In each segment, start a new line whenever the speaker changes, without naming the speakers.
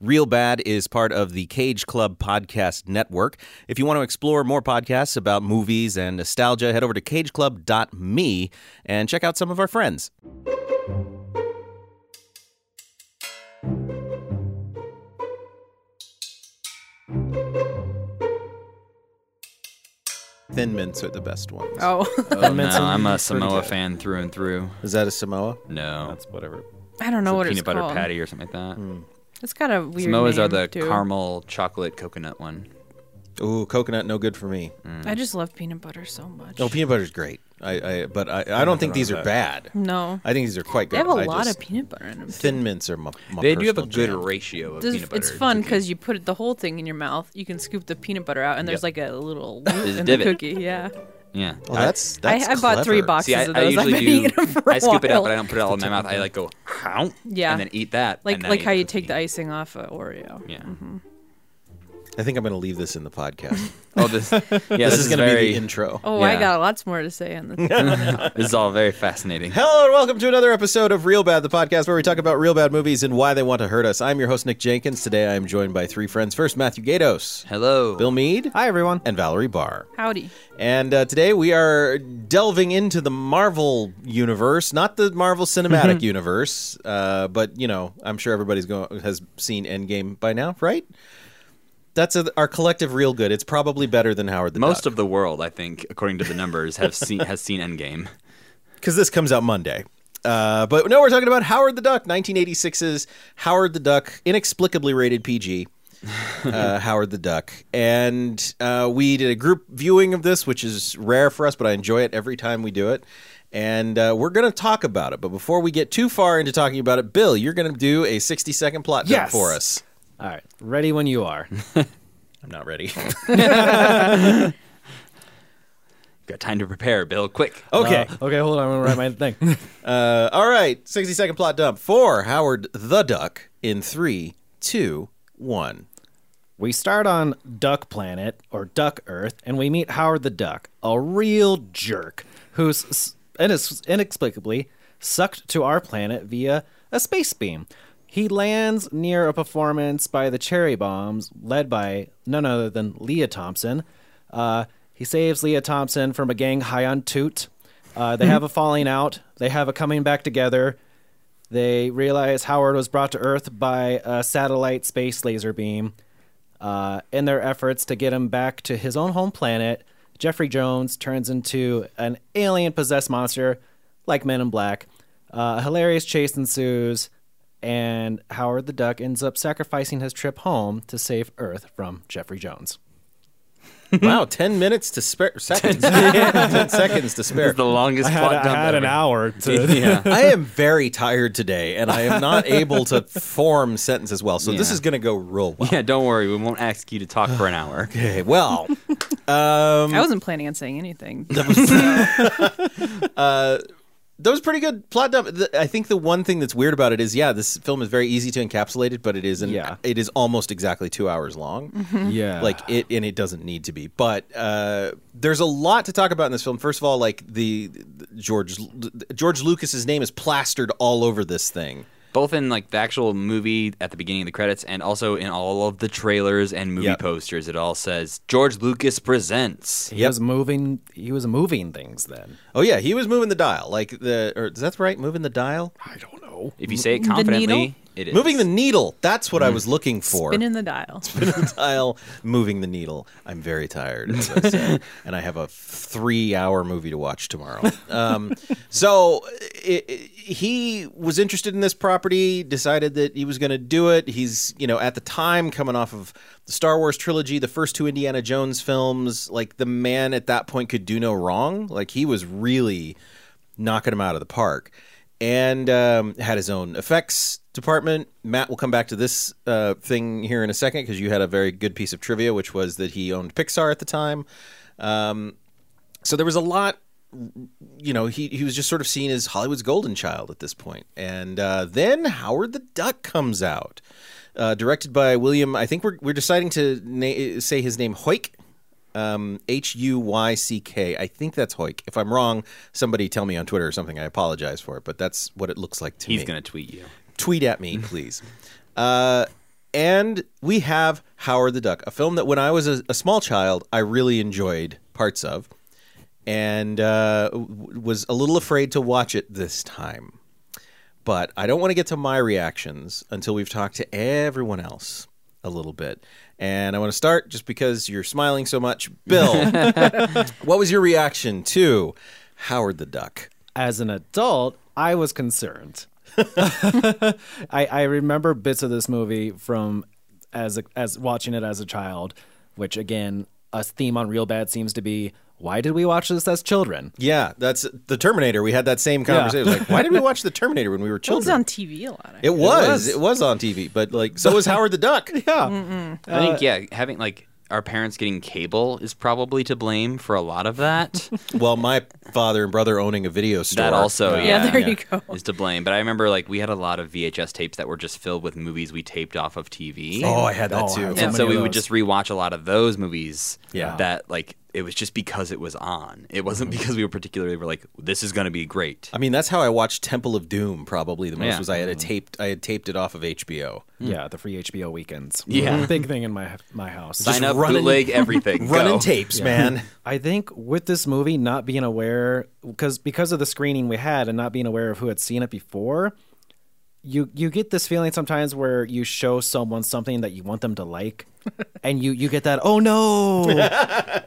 Real Bad is part of the Cage Club Podcast Network. If you want to explore more podcasts about movies and nostalgia, head over to cageclub.me and check out some of our friends. Thin mints are the best ones.
Oh,
Oh, no,
mints and
I'm a
fruity
Samoa
cat.
fan through and through.
Is that a Samoa?
No,
That's whatever.
I don't
It's
know
a
what
peanut
it's
butter
called.
patty or something like that.
Hmm.
It's got a weird
Samoas are
name,
the
too.
caramel chocolate coconut one.
Ooh, coconut, no good for me.
Mm.
I just love peanut butter so much.
Oh, peanut butter's great. I, I but I, I don't think these are bad.
no,
I think these are quite good.
they have a
I
lot
just-
of peanut butter in them.
Thin mints are my, my
They do have a
personal
good
jam.
ratio of
This-
peanut butter.
it's fun because you put the whole thing in your mouth. You can scoop the peanut butter out, and there's like a little loop
There's a
in the
divot.
cookie. Yeah,
yeah.
Well, that's that's
I, I bought three
clever.
boxes
See, I,
of
I
those.
usually
have been
do.
eating 'em for a
I scoop it
while.
out, but I don't put it all in my mouth. I like go, how?
Yeah.
and then eat that.
like
and then
like
I eat
how
the
you Mm-hmm. take the
cookie.
icing off of Oreo.
Yeah.
I think I'm going to leave this in the podcast.
Oh, this. Yeah, this,
this, is going to
very,
be the intro.
Oh, I
Yeah.
got lots more to say on this.
This is all very fascinating.
Hello and welcome to another episode of Real Bad, the podcast where we talk about real bad movies and why they want to hurt us. I'm your host Nick Jenkins. Today I am joined by three friends. First, Matthew Gatos,
Hello.
Bill Mead,
Hi everyone.
and Valerie Barr.
Howdy.
And uh, today we are delving into the Marvel universe, not the Marvel Cinematic
Mm-hmm.
Universe, uh, but you know, I'm sure everybody's going has seen Endgame by now, right? That's a, our collective real good. It's probably better than Howard the
Most of the world, I think, according to the numbers, have seen has seen Endgame.
because this comes out Monday. Uh, but no, we're talking about Howard the Duck, 1986's Howard the Duck, inexplicably rated PG. uh, Howard the Duck, and uh, we did a group viewing of this, which is rare for us, but I enjoy it every time we do it. And uh, we're going to talk about it, but before we get too far into talking about it, Bill, you're going to do a 60 second plot dump
Yes.
for us.
All right, ready when you are.
I'm not ready.
Got time to prepare, Bill. Quick.
okay.
Uh, okay, hold on. I'm gonna write my thing.
Uh, all right. 60 second plot dump for Howard the Duck in three, two, one.
We start on Duck Planet or Duck Earth, and we meet Howard the Duck, a real jerk who's s- inex- inexplicably sucked to our planet via a space beam. He lands near a performance by the Cherry Bombs, led by none other than Leah Thompson. Uh, he saves Leah Thompson from a gang high on toot. Uh, they have a falling out. They have a coming back together. They realize Howard was brought to Earth by a satellite space laser beam. Uh, in their efforts to get him back to his own home planet, Jeffrey Jones turns into an alien possessed monster like Men in Black. Uh, a hilarious chase ensues, and Howard the Duck ends up sacrificing his trip home to save Earth from Jeffrey Jones.
Wow, ten minutes to spare. Seconds. ten seconds to spare.
The longest plot dump ever.
hour to.
Yeah.
I am very tired today, and I am not able to form sentences well. So this
Yeah.
is going to go real well.
Yeah, don't worry. We won't ask you to talk for an hour.
Okay. Well,
Um,
I wasn't planning on saying anything.
that was pretty good plot dump. The- I think the one thing that's weird about it is, yeah, this film is very easy to encapsulate it, but it is an,
Yeah. Mm-hmm.
it is almost exactly two hours long.
yeah.
like it and it doesn't need to be but uh, there's a lot to talk about in this film first of all like the, the george george lucas's name is plastered all over this thing
Both in like the actual movie at the beginning of the credits, and also in all of the trailers and movie
Yep.
posters, it all says George Lucas presents.
He was moving. He was moving things then.
Oh yeah, he was moving the dial. Like the or is that right? Moving the dial?
I don't know.
If you say it
The
confidently,
needle?
it is
Moving the needle. That's what I was looking for.
Spin in the dial.
the dial, moving the needle. I'm very tired, as I said, and I have a three-hour movie to watch tomorrow. Um, so i i he was interested in this property, decided that he was going to do it. He's, you know, at the time coming off of the Star Wars trilogy, the first two Indiana Jones films. Like the man at that point could do no wrong. Like he was really knocking him out of the park. And um, had his own effects department. Matt will come back to this uh, thing here in a second because you had a very good piece of trivia, which was that he owned Pixar at the time. Um, so there was a lot. You know, he he was just sort of seen as Hollywood's golden child at this point. And uh, then Howard the Duck comes out, uh, directed by William. I think we're we're deciding to na- say his name Hoyk. Um, H U Y C K. I think that's Hoyk. If I'm wrong, somebody tell me on Twitter or something. I apologize for it, but that's what it looks like to me
He's gonna tweet you.
tweet at me, please. Uh, And we have Howard the Duck, a film that when I was a, a small child, I really enjoyed parts of and uh, w- was a little afraid to watch it this time. But I don't want to get to my reactions until we've talked to everyone else a little bit. And I want to start just because you're smiling so much. Bill, what was your reaction to Howard the Duck?
as an adult, I was concerned. I, I remember bits of this movie from as a, as watching it as a child, which again, a theme on Real Bad seems to be why did we watch this as children?
Yeah, that's the Terminator. We had that same conversation. It was Like, why did we watch the Terminator when we were
It was
children?
on TV a lot.
It was. It was on TV, but like so was Howard the Duck.
Yeah,
Mm.
I
Uh,
think yeah, having like our parents getting cable is probably to blame for a lot of that.
Well, my father and brother owning a video store.
that also
Yeah,
yeah,
there you go.
is to blame. But I remember like we had a lot of VHS tapes that were just filled with movies we taped off of TV.
Oh, I had that
Oh, I
too.
had
and
so
so
many
we
of
would
those.
just rewatch a lot of those movies.
Yeah. Mm-hmm.
That like it was just because it was on. It wasn't because we were particularly were like this is going to be great.
I mean, that's how I watched Temple of Doom. Probably the most
Yeah.
was I had
Mm-hmm.
a taped. I had taped it off of HBO.
yeah, the free HBO weekends.
Yeah.
big thing in my my house.
Sign up,
running-
bootleg everything.
Running
go.
tapes, man.
I think with this movie not being aware because because of the screening we had and not being aware of who had seen it before, you you get this feeling sometimes where you show someone something that you want them to like and you you get that oh no.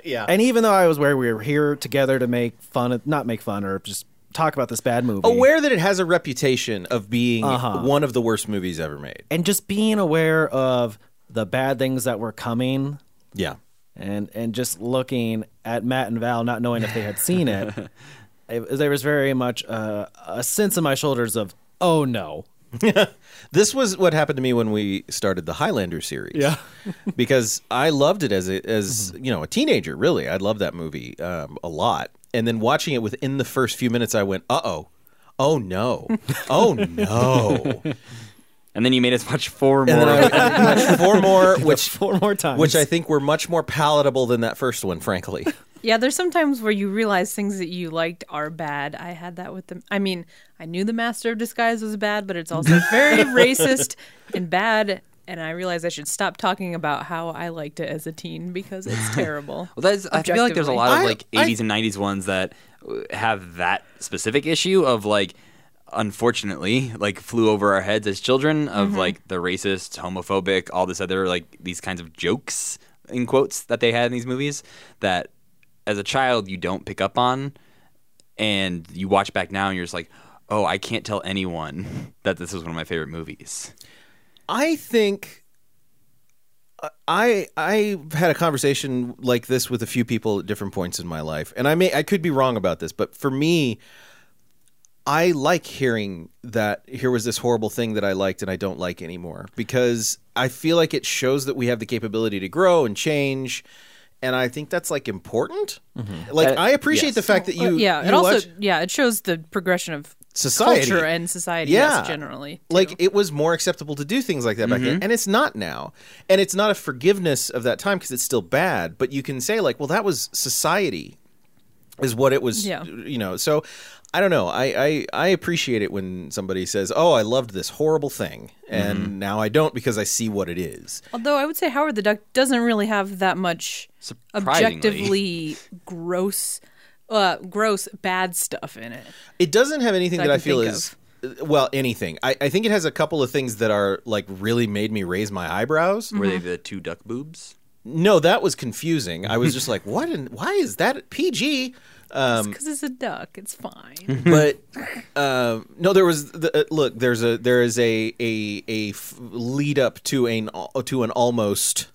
Yeah.
And even though I was aware we were here together to make fun of not make fun or just talk about this bad movie.
Aware that it has a reputation of being
Uh-huh.
one of the worst movies ever made.
and just being aware of the bad things that were coming
Yeah.
and and just looking at Matt and Val, not knowing if they had seen it, it there was very much uh, a sense in my shoulders of oh no,
This was what happened to me when we started the Highlander series. Yeah, Mm-hmm. because I loved it as a, as you know a teenager. Really, I loved that movie um, a lot. And then watching it within the first few minutes, I went, "Uh oh, oh no, oh no!" and
And then you made us watch four more.
then I watched four more, which
four more times.
which I think were much more palatable than that first one, frankly.
Yeah, there's sometimes where you realize things that you liked are bad. I had that with the. I mean, I knew the Master of Disguise was bad, but it's also very racist and bad. And I realized I should stop talking about how I liked it as a teen because it's terrible.
Well, that's, I feel like there's a
Objectively.
lot of
I-
like
I-
80s and 90s ones that uh, have that specific issue of like, unfortunately, like flew over our heads as children of
Mm-hmm.
like the racist, homophobic, all this other like these kinds of jokes in quotes that they had in these movies that as a child you don't pick up on, and you watch back now and you're just like, oh, I can't tell anyone that this was one of my favorite movies.
I think I I had a conversation like this with a few people at different points in my life, and I may I could be wrong about this, but for me, I like hearing that here was this horrible thing that I liked and I don't like anymore because I feel like it shows that we have the capability to grow and change. And I think that's like important. Like
Uh,
I appreciate
yes.
the fact that you
But yeah,
you
it also
watch-
yeah it shows the progression of
Society.
culture and society.
Yeah.
yes, generally. too. Mm-hmm.
like it was more acceptable to do things like that back then and it's not now and it's not a forgiveness of that time because it's still bad but you can say like well that was society is what it was
Yeah.
you know so i don't know I, I i appreciate it when somebody says oh i loved this horrible thing
Mm-hmm.
and now i don't because i see what it is
Although I would say Howard the Duck doesn't really have that much
Surprisingly.
objectively gross, uh, gross bad stuff in it.
It doesn't have anything
That I
that I,
can
feel
think
is uh, well anything. I, I think it has a couple of things that are like really made me raise my eyebrows.
Mm-hmm.
Were they the two duck boobs?
No, that was confusing. I was just like, what? And why is that PG? Um,
Because it's a duck, it's fine.
but um, no, there was the, uh, look. There's a there is a a a f- lead up to an al- to an almost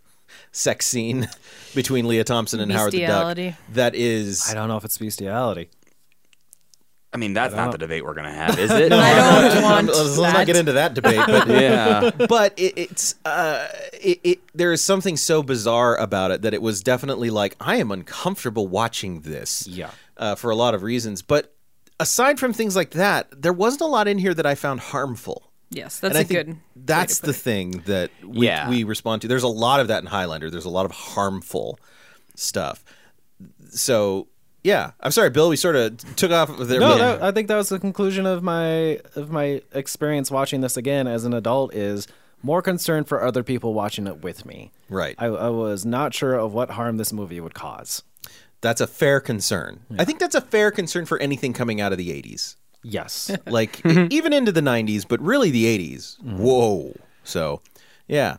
sex scene between Leah Thompson and Howard the Duck.
Bestiality.
That is
I don't know if it's bestiality.
I mean, that's not the debate we're gonna have, is it?
I don't want
let's
that.
not get into that debate. But
yeah.
but it, it's uh, it, it there is something so bizarre about it that it was definitely like I am uncomfortable watching this.
Yeah.
uh, for a lot of reasons. But aside from things like that, there wasn't a lot in here that I found harmful.
yes, that's
and I
a
think
good.
that's the thing that we,
Yeah.
we respond to. There's a lot of that in Highlander. There's a lot of harmful stuff. So yeah, I'm sorry, Bill. We sort of took off there.
No,
but-
that, I think that was the conclusion of my of my experience watching this again as an adult. Is more concerned for other people watching it with me.
Right.
I, I was not sure of what harm this movie would cause.
That's a fair concern. I think that's a fair concern for anything coming out of the 80s.
Yes.
Uh-huh.
Like
Mm-hmm.
e- even into the 90s, but really the 80s. Whoa. So, yeah.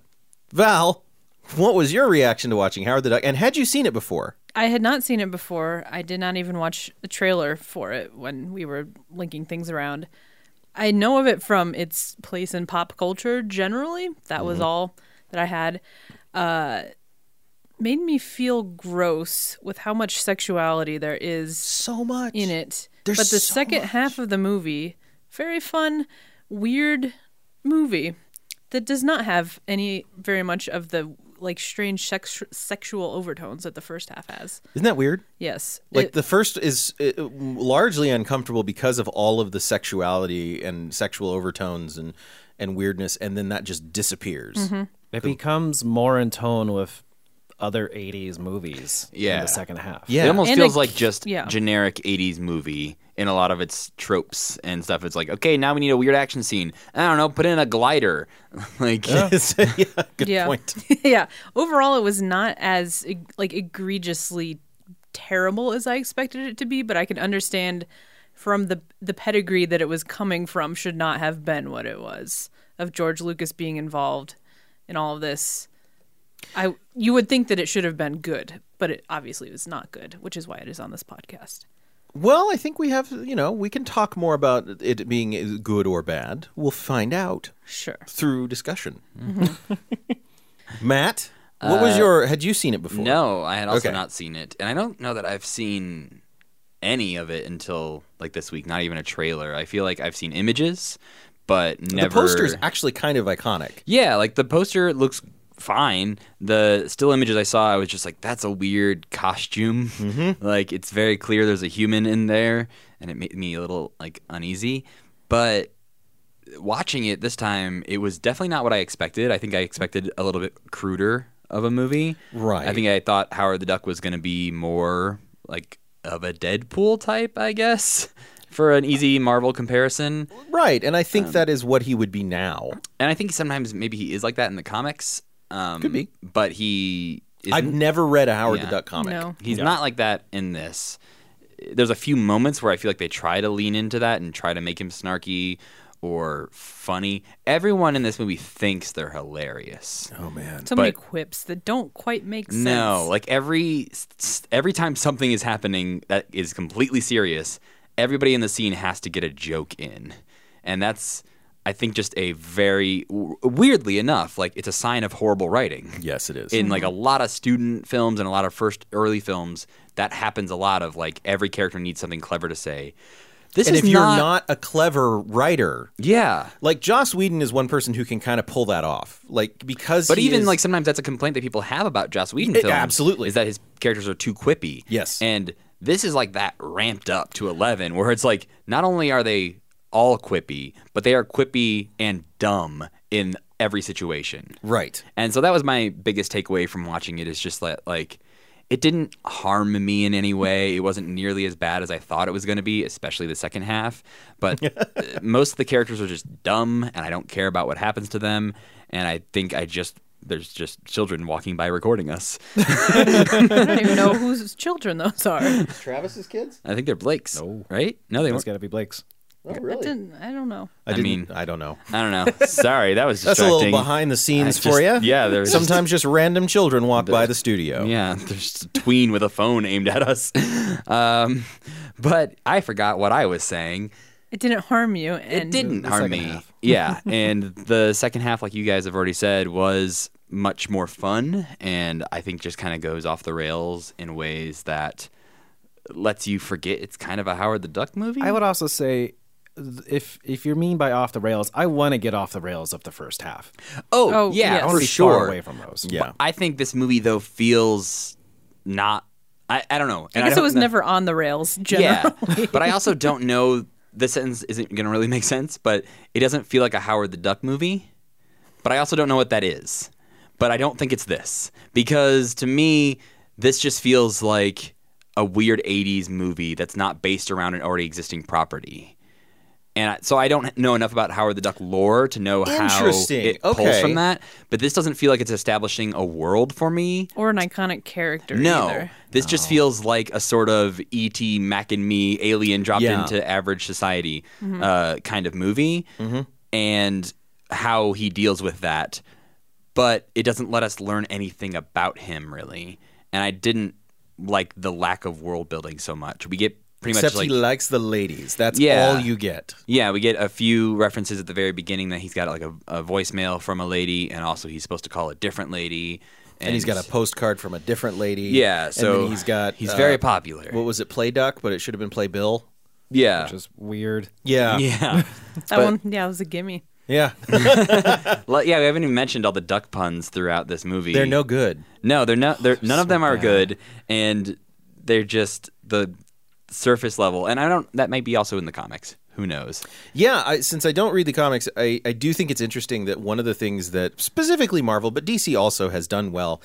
Val, what was your reaction to watching Howard the Duck? And had you seen it before?
I had not seen it before. I did not even watch the trailer for it when we were linking things around. I know of it from its place in pop culture generally. That was
Mm-hmm.
all that I had. Uh, made me feel gross with how much sexuality there is
So much.
in it.
There's
but the
so
second
much.
half of the movie, very fun, weird movie that does not have any very much of the like strange sex- sexual overtones that the first half has.
Isn't that weird?
Yes.
Like
It-
the first is uh, largely uncomfortable because of all of the sexuality and sexual overtones and and weirdness, and then that just disappears.
Mm-hmm.
It becomes more in tone with other 80s movies in
Yeah.
the second half.
Yeah.
It almost
And
feels
a-
like just
yeah.
generic 80s movie in a lot of its tropes and stuff. It's like, okay, now we need a weird action scene. I don't know, put in a glider. like,
So, yeah, good
yeah.
point.
yeah. Overall, it was not as e- like egregiously terrible as I expected it to be, but I can understand from the the pedigree that it was coming from should not have been what it was of George Lucas being involved in all of this. I you would think that it should have been good, but it obviously was not good, which is why it is on this podcast.
Well, I think we have, you know, we can talk more about it being good or bad. We'll find out
Sure.
through discussion.
Mm-hmm.
Matt, what was your? Had you seen it before?
Uh, no, I had also
Okay.
not seen it. And I don't know that I've seen any of it until like this week, not even a trailer. I feel like I've seen images, but never.
the poster is actually kind of iconic.
Yeah, like the poster looks fine. The still images I saw, I was just like, that's a weird costume. Like it's very clear there's a human in there, and it made me a little like uneasy. But watching it this time, it was definitely not what I expected. I think I expected a little bit cruder of a movie.
Right.
I think I thought Howard the Duck was going to be more like of a Deadpool type, I guess, for an easy Marvel comparison.
Right, and I think
Um,
that is what he would be now.
And I think sometimes maybe he is like that in the comics. Um,
Could be.
but he isn't.
I've never read a Howard
Yeah.
the Duck comic.
No.
He's not like that in this. There's a few moments where I feel like they try to lean into that and try to make him snarky or funny. Everyone in this movie thinks they're hilarious.
Oh man.
So many
But-
quips that don't quite make sense.
No, like every s- every time something is happening that is completely serious, everybody in the scene has to get a joke in, and that's I think just a very w- weirdly enough like it's a sign of horrible writing.
Yes, it is.
In like a lot of student films and a lot of first early films, that happens a lot of like every character needs something clever to say. This
and
is
if you're not a clever whiter,
yeah.
like Joss Whedon is one person who can kind of pull that off, like because.
But
he
even
is-
like sometimes that's a complaint that people have about Joss Whedon
It-
films.
absolutely.
is that his characters are too quippy.
Yes.
and this is like that ramped up to eleven, where it's like not only are they all quippy, but they are quippy and dumb in every situation.
right,
And so that was my biggest takeaway from watching it is just that like it didn't harm me in any way. It wasn't nearly as bad as I thought it was going to be, especially the second half. But uh, most of the characters are just dumb and I don't care about what happens to them and I think I just there's just children walking by recording us.
I don't even know whose children those are. I
Travis's kids.
I think they're Blake's, right? No, they
It's
weren't.
got to be Blake's.
Oh, really?
didn't I don't know.
I,
I
didn't,
mean-
I don't know.
I don't know. Sorry, that was
That's a
distracting.
little behind the scenes
I
for you.
just- yeah, there's-
sometimes just random children walk by the studio.
Yeah, there's just a tween with a phone aimed at us. Um, but I forgot what I was saying.
It didn't harm you and
it didn't
The
harm
second
me.
half.
yeah, and the second half, like you guys have already said, was much more fun, and I think just kind of goes off the rails in ways that lets you forget it's kind of a Howard the Duck movie.
I would also say th- if if you mean by off the rails, I want to get off the rails of the first half.
oh,
Oh, yes. I
yeah,
wanna
I want
for
to be
sure.
far away from those.
Yeah.
I think this movie though feels not. I, I don't
I
know. and
guess it
don't
was
know-
never on the rails generally.
Yeah, but I also don't know. This sentence isn't going to really make sense, but it doesn't feel like a Howard the Duck movie. But I also don't know what that is. But I don't think it's this because to me, this just feels like a weird '80s movie that's not based around an already existing property. And I, so I don't know enough about Howard the Duck lore to know how
Interesting.
it pulls
Okay.
from that. But this doesn't feel like it's establishing a world for me.
or an iconic character.
No,
either.
this just feels like a sort of ET Mac and Me alien dropped
Yeah.
into average society uh, kind of movie,
Mm-hmm.
and how he deals with that. But it doesn't let us learn anything about him really, and I didn't like the lack of world building so much. We get pretty
Except
much
he
like
likes the ladies. That's
Yeah.
all you get.
yeah, we get a few references at the very beginning that he's got like a, a voicemail from a lady, and also he's supposed to call a different lady,
And, he's got a postcard from a different lady.
yeah. So
and then he's got
he's
uh,
very popular.
What was it? Play Duck, but it should have been Play Bill.
yeah.
which is weird.
Yeah,
Yeah.
That
But-
one, yeah, it was a gimme.
yeah.
Well, yeah, we haven't even mentioned all the duck puns throughout this movie.
They're no good.
No, they're not. They're, none of them are good, and they're just the surface level. And I don't. That might be also in the comics. Who knows?
Yeah, I, since I don't read the comics, I, I do think it's interesting that one of the things that specifically Marvel, but DC also has done well,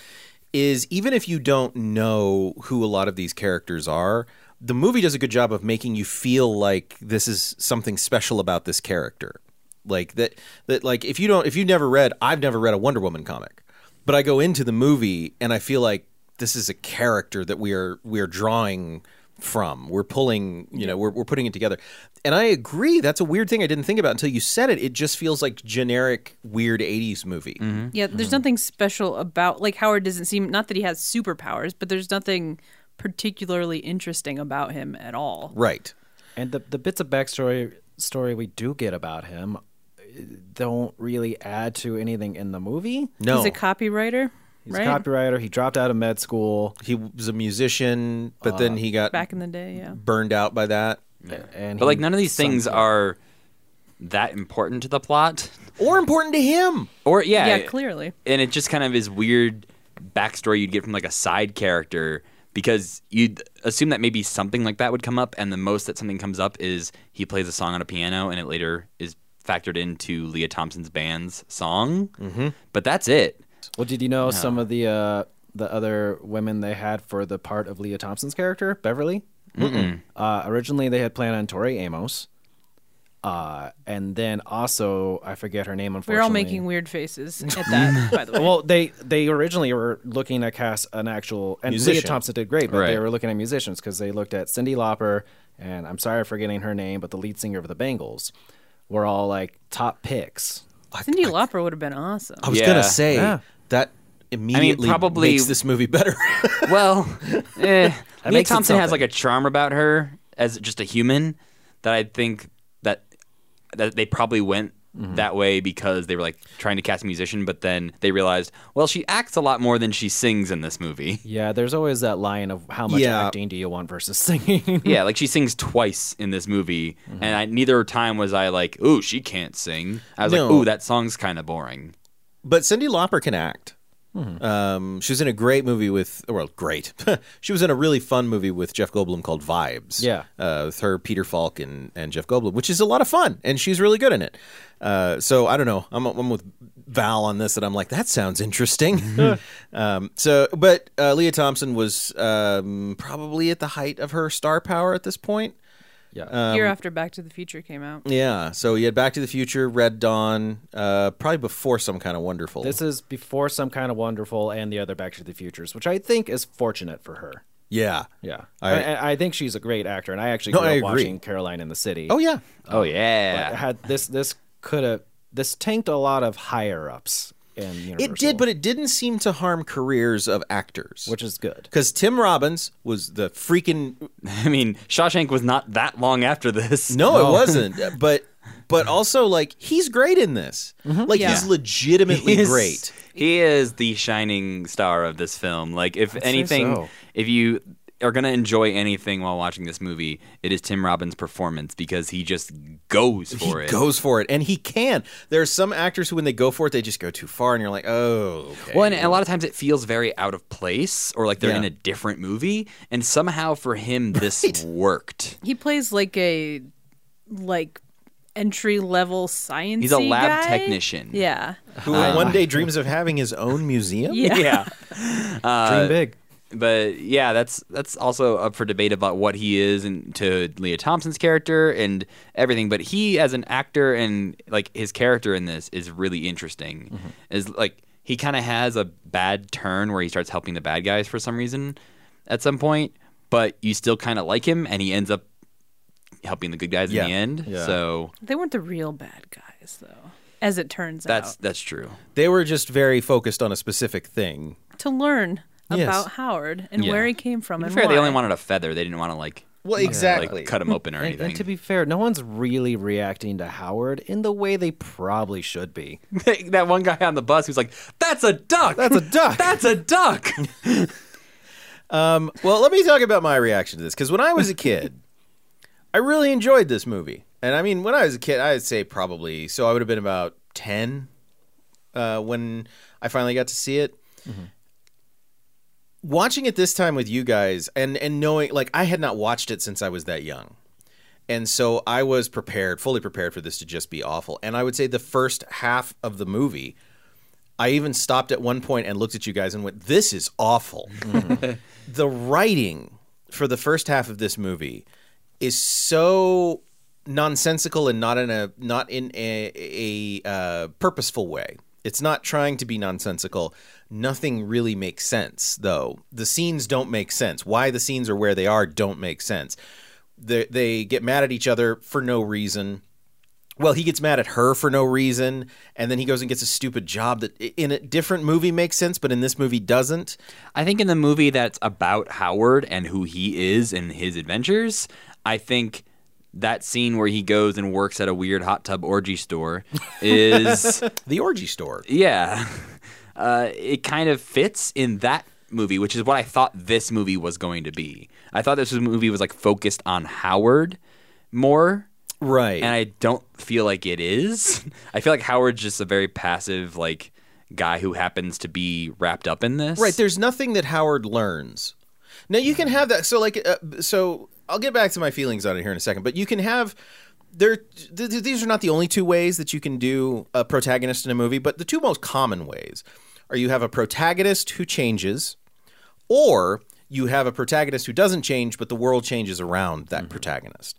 is even if you don't know who a lot of these characters are, the movie does a good job of making you feel like this is something special about this character. Like that, that like if you don't, if you never read, I've never read a Wonder Woman comic, but I go into the movie and I feel like this is a character that we are we are drawing from. We're pulling, you know, we're, we're putting it together. And I agree, that's a weird thing I didn't think about until you said it. It just feels like generic weird 80s movie.
Mm-hmm.
Yeah, there's nothing special about like Howard doesn't seem not that he has superpowers, but there's nothing particularly interesting about him at all.
Right.
And the the bits of backstory story we do get about him uh, don't really add to anything in the movie.
No.
He's a copywriter,
He's
right?
a copywriter. He dropped out of med school,
he was a musician, but
Uh,
then he got
Back in the day, yeah.
burned out by that
and
But like
he
none of these
sunk
things
it.
are that important to the plot.
or important to him.
Or yeah,
Yeah,
it-
clearly.
and it just kind of is weird backstory you'd get from like a side character because you'd assume that maybe something like that would come up and the most that something comes up is he plays a song on a piano and it later is factored into leah thompson's band's song mm-hmm. but that's it
Well, did you know some of the uh, the other women they had for the part of Leah Thompson's character, Beverly? Mm-mm. Uh, originally, they had planned on Tori Amos, uh, and then also I forget her name. Unfortunately,
We're all making weird faces at that, by the way.
Well, they they originally were looking to cast an actual and Leah
Musician.
Thompson did great, but they
Right.
were looking at musicians because they looked at Cindy Lauper and I'm sorry for getting her name, but the lead singer of the Bengals were all like top picks.
Cindy Lauper would have been awesome.
I was
Yeah.
going to say
Yeah.
that immediately
probably-
makes this movie better.
well eh, leah
makes it
thompson has like
something.
a charm about her as just a human that i think that that they probably went
Mm-hmm.
that way because they were like trying to cast a musician but then they realized well she acts a lot more than she sings in this movie
Yeah, there's always that line of how much
Yeah.
acting do you want versus singing.
Yeah, like she sings twice in this movie,
Mm-hmm.
and I, neither time was I like, "Ooh, she can't sing." I was like,
No.
"Ooh, that song's kind of boring."
but Cindy Lauper can act. Um, she was in a great movie with, well, great. she was in a really fun movie with Jeff Goldblum called Vibes.
Yeah.
Uh, with her, Peter Falk, and, and Jeff Goldblum, which is a lot of fun, and she's really good in it. Uh, so I don't know. I'm, I'm with Val on this, and I'm like, that sounds interesting.
Mm-hmm.
um, so, but uh, Leah Thompson was um, probably at the height of her star power at this point.
yeah.
Year after Back to the Future came out.
Yeah. So you had Back to the Future, Red Dawn, uh, probably before some kind of wonderful.
This is before some kind of wonderful and the other Back to the Futures, which I think is fortunate for her.
yeah.
Yeah,
I-
I, I, I think she's a great actor, and I actually
No,
grew up
I agree.
watching Caroline in the City.
Oh yeah.
Oh yeah,
It had this this could have this tanked a lot of higher ups in Universal.
It did, but it didn't seem to harm careers of actors.
which is good.
because Tim Robbins was the freaking
I mean, Shawshank was not that long after this.
no, it wasn't. But but also like he's great in this. Like
Yeah.
he's legitimately
He is-
great.
He is the shining star of this film. Like, if anything,
so.
if you are gonna enjoy anything while watching this movie, it is Tim Robbins' performance because he just goes for
He
it.
goes for it, and he can. There are some actors who, when they go for it, they just go too far, and you're like, oh, okay.
Well, and a lot of times it feels very out of place, or like they're
Yeah.
in a different movie, and somehow for him this worked.
He plays like a like entry level science.
He's a lab
guy?
technician.
Yeah.
who one day dreams of having his own museum.
Yeah.
Uh,
Yeah.
Dream big.
but yeah, that's that's also up for debate about what he is and to Leah Thompson's character and everything. But he, as an actor and like his character in this, is really interesting. Is like he kind of has a bad turn where he starts helping the bad guys for some reason at some point, but you still kind of like him, and he ends up helping the good guys
Yeah.
in the end.
Yeah.
So
They weren't the real bad guys, though, as it turns
that's
out.
that's true.
They were just very focused on a specific thing.
To learn
Yes.
about Howard and
Yeah.
where he came from
To be
and
fair,
why.
they only wanted a feather. They didn't want to like
Well,
like cut him open or
And,
anything.
and to be fair, no one's really reacting to Howard in the way they probably should be.
that one guy on the bus who's like, "That's a duck.
That's a duck."
That's a duck."
Um, well, let me talk about my reaction to this because when I was a kid, I really enjoyed this movie. And I mean, when I was a kid, I'd say probably so I would have been about ten uh, when I finally got to see it. Watching it this time with you guys, and and knowing like I had not watched it since I was that young. And so I was prepared, fully prepared for this to just be awful. And I would say the first half of the movie, I even stopped at one point and looked at you guys and went, "This is awful." the writing for the first half of this movie is so nonsensical and not in a not in a, a uh, purposeful way. It's not trying to be nonsensical. Nothing really makes sense, though. The scenes don't make sense. Why the scenes are where they are don't make sense. They, they get mad at each other for no reason well, he gets mad at her for no reason, and then he goes and gets a stupid job that i- in a different movie makes sense, but in this movie doesn't.
I think in the movie that's about Howard and who he is and his adventures, I think that scene where he goes and works at a weird hot tub orgy store is
The orgy store.
yeah, uh, it kind of fits in that movie, which is what I thought this movie was going to be. I thought this movie was like focused on Howard more
Right.
and I don't feel like it is. I feel like Howard's just a very passive like guy who happens to be wrapped up in this.
Right. There's nothing that Howard learns. Now you can have that. So like, uh, so I'll get back to my feelings on it here in a second. But you can have there. Th- th- these are not the only two ways that you can do a protagonist in a movie, but the two most common ways are you have a protagonist who changes, or you have a protagonist who doesn't change, but the world changes around
Mm-hmm.
that protagonist.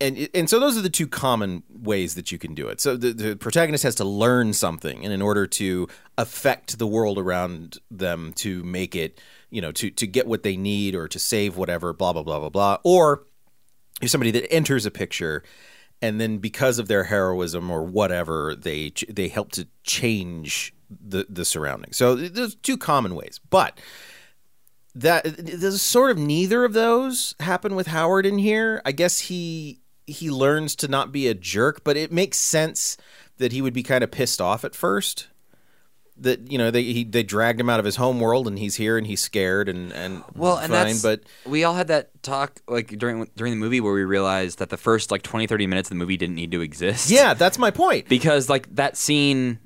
And, and so those are the two common ways that you can do it. So the, the protagonist has to learn something, and in order to affect the world around them to make it, you know, to to get what they need or to save whatever, blah blah blah blah blah. Or you're somebody that enters a picture, and then because of their heroism or whatever, they ch- they help to change the the surroundings. So th- there's two common ways, but that there's sort of neither of those happen with Howard in here. I guess he he learns to not be a jerk, but it makes sense that he would be kind of pissed off at first. That you know they he, they dragged him out of his home world and he's here and he's scared and and
Well, and
fine,
that's
but
we all had that talk like during during the movie where we realized that the first like 20 30 minutes of the movie didn't need to exist.
yeah, that's my point.
Because like that scene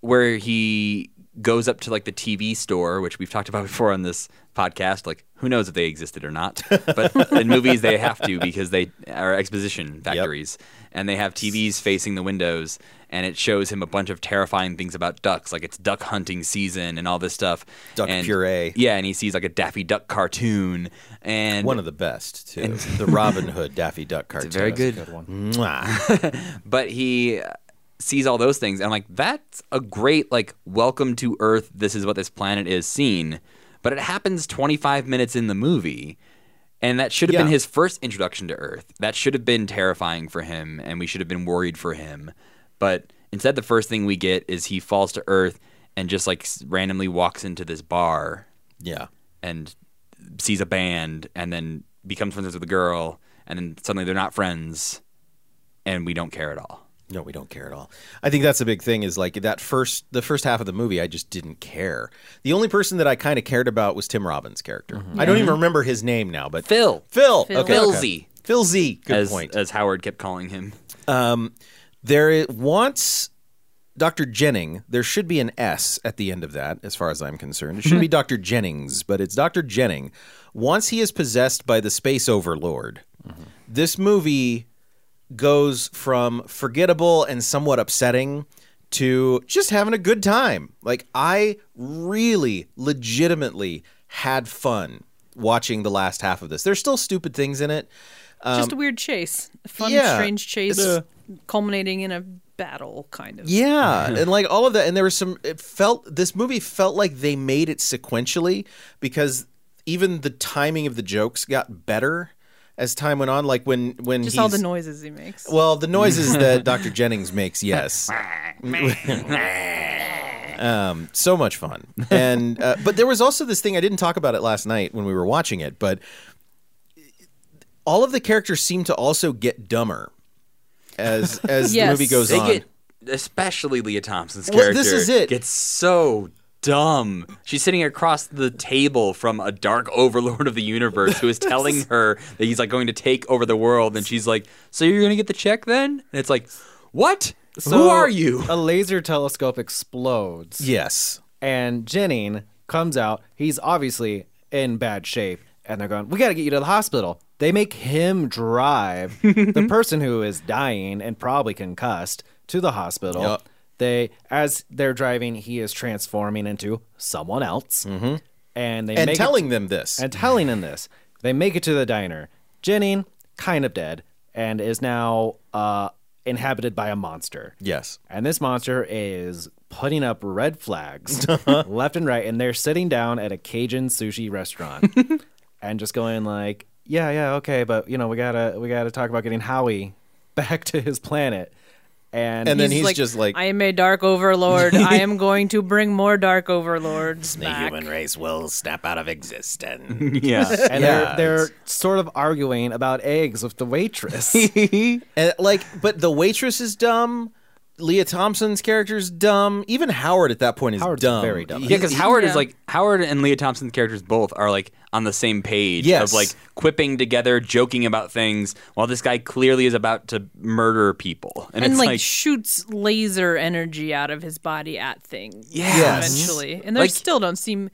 where he goes up to like the TV store, which we've talked about before on this podcast, like who knows if they existed or not. But in movies they have to because they are exposition factories and they have TVs facing the windows and it shows him a bunch of terrifying things about ducks, like it's duck hunting season and all this stuff.
Duck
And-
puree.
Yeah, and he sees like a Daffy Duck cartoon and
One of the best too, the Robin Hood Daffy Duck cartoon.
very good
Mwah.
but he uh, sees all those things and I'm like that's a great like welcome to earth this is what this planet is scene but it happens 25 minutes in the movie and that should have been
Yeah.
his first introduction to earth that should have been terrifying for him and we should have been worried for him but instead the first thing we get is he falls to earth and just like s- randomly walks into this bar
Yeah.
and sees a band and then becomes friends with a girl and then suddenly they're not friends and we don't care at all
No, we don't care at all. I think that's the big thing is like that first the first half of the movie I just didn't care. The only person that I kind of cared about was Tim Robbins' character. I don't even remember his name now, but
Phil.
Phil.
Phil.
Okay,
Mm-hmm. Phil
okay.
Z.
Phil Z. Good
as,
point.
As Howard kept calling him.
There is, once Dr. Jennings, there should be an S at the end of that, as far as I'm concerned. It shouldn't be Dr. Jennings, but it's Dr. Jennings. Once he is possessed by the space overlord, this movie goes from forgettable and somewhat upsetting to just having a good time. Like I really legitimately had fun watching the last half of this. There's still stupid things in it.
Just a weird chase, a fun,
um, yeah,
strange chase,
it's-
culminating in a battle, kind of.
Yeah, and like all of that, and there was some. It felt this movie felt like they made it sequentially because even the timing of the jokes got better as time went on. Like when when
Just
he's,
all the noises he makes.
Well, the noises that Dr. Jennings makes, yes. um, so much fun. And uh, but there was also this thing I didn't talk about it last night when we were watching it, but all of the characters seem to also get dumber as as
Yes.
the movie goes
They
on.
get, especially Leah Thompson's
Well,
character.
this is it.
Gets so dumb. She's sitting across the table from a dark overlord of the universe who is telling her that he's like going to take over the world, and she's like, "So you're gonna get the check then?" And it's like, "What? Who
So,
are you?"
A laser telescope explodes.
yes.
and Jennings comes out. He's obviously in bad shape, and they're going, "We got to get you to the hospital." They make him drive the person who is dying and probably concussed to the hospital.
Yup.
They, as they're driving, he is transforming into someone else, mm-hmm. and they
And
make it-
telling them this.
and telling him this. They make it to the diner. Jennings kind of dead and is now uh, inhabited by a monster.
yes.
And this monster is putting up red flags
Uh-huh.
left and right. And they're sitting down at a Cajun sushi restaurant and just going like, yeah, yeah, okay, but you know, we gotta we gotta talk about getting Howie back to his planet. And,
And then he's just like-
I am a dark overlord. I am going to bring more dark overlords back.
race will snap out of existence.
yeah.
and
Yeah,
they're, they're sort of arguing about eggs with the waitress.
and like, but the waitress is dumb. Leah Thompson's character's dumb. Even Howard at that point is
Howard's
dumb.
very dumb.
Yeah, because Howard
Yeah.
is like Howard and Leah Thompson's characters both are like on the same page
Yes.
of like quipping together, joking about things, while this guy clearly is about to murder people, and,
and
it's
like,
like,
shoots laser energy out of his body at things
Yes.
eventually and they
Like-
still don't seem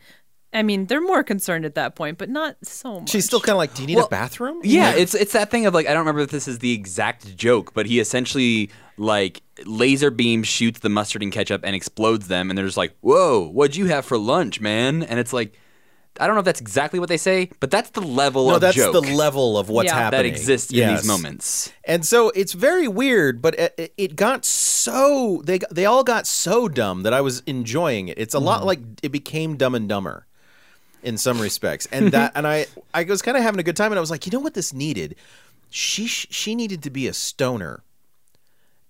i mean they're more concerned at that point but not so much
She's still kind of like, do you need
Well,
a bathroom?
yeah, it's it's that thing of like I don't remember if this is the exact joke, but he essentially like laser beam shoots the mustard and ketchup and explodes them, and they're just like, "Whoa, what'd you have for lunch, man?" And it's like, I don't know if that's exactly what they say, but that's the level
No,
of
that's
joke
the level of what's
Yeah. That
happening
that exists in
Yes.
these moments.
And so it's very weird, but it, it got so they they all got so dumb that I was enjoying it. It's a
Mm-hmm.
lot like it became Dumb and Dumber in some respects, and that and I I was kind of having a good time, and I was like, you know what this needed? She sh- she needed to be a stoner.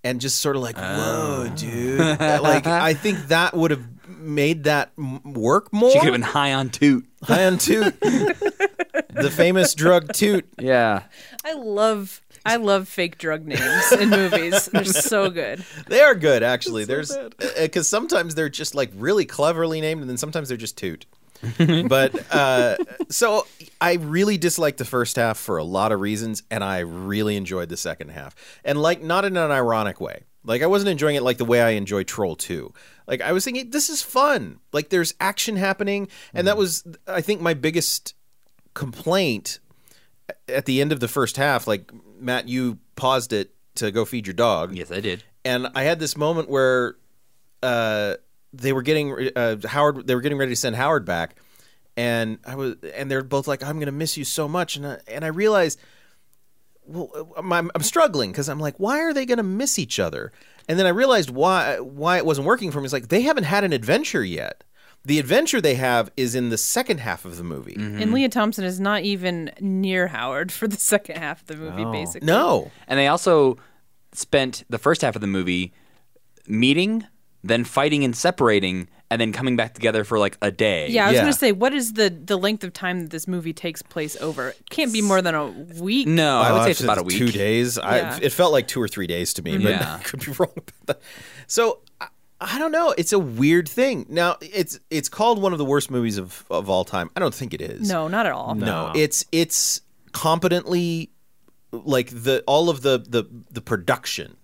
And just sort of like, whoa,
Oh.
dude! like, I think that would have made that m- work more.
She could have been high on toot.
high on toot, the famous drug toot.
Yeah.
i love i love fake drug names in movies they're so good
They are good, actually. There's because sometimes they're just like really cleverly named, and then sometimes they're just toot. but uh, so I really disliked the first half for a lot of reasons, and I really enjoyed the second half, and like not in an ironic way. Like I wasn't enjoying it like the way I enjoy Troll Two. Like I was thinking, this is fun. Like there's action happening, and that was I think my biggest complaint at the end of the first half. Like Matt, you paused it to go feed your dog
Yes, I did.
and I had this moment where uh, they were getting uh, Howard. They were getting ready to send Howard back, and I was, and they're both like, "I'm going to miss you so much," and I, and I realized, well, I'm, I'm I'm struggling because I'm like, why are they going to miss each other? And then I realized why why it wasn't working for me. It's like they haven't had an adventure yet. The adventure they have is in the second half of the movie.
and leah thompson is not even near howard for the second half of the movie basically
No,
And they also spent the first half of the movie meeting, then fighting and separating, and then coming back together for like a day.
yeah, I was
Yeah.
gonna say, what is the the length of time that this movie takes place over? It can't be more than a week.
No, I would
Uh,
say it's about a
it's
week.
Two days.
Yeah.
I, it felt like two or three days to me, but
Yeah.
I could be wrong about that. So I, I don't know. It's a weird thing. Now it's it's called one of the worst movies of, of all time. I don't think it is.
no, not at all.
no. It's it's competently like the all of the the the production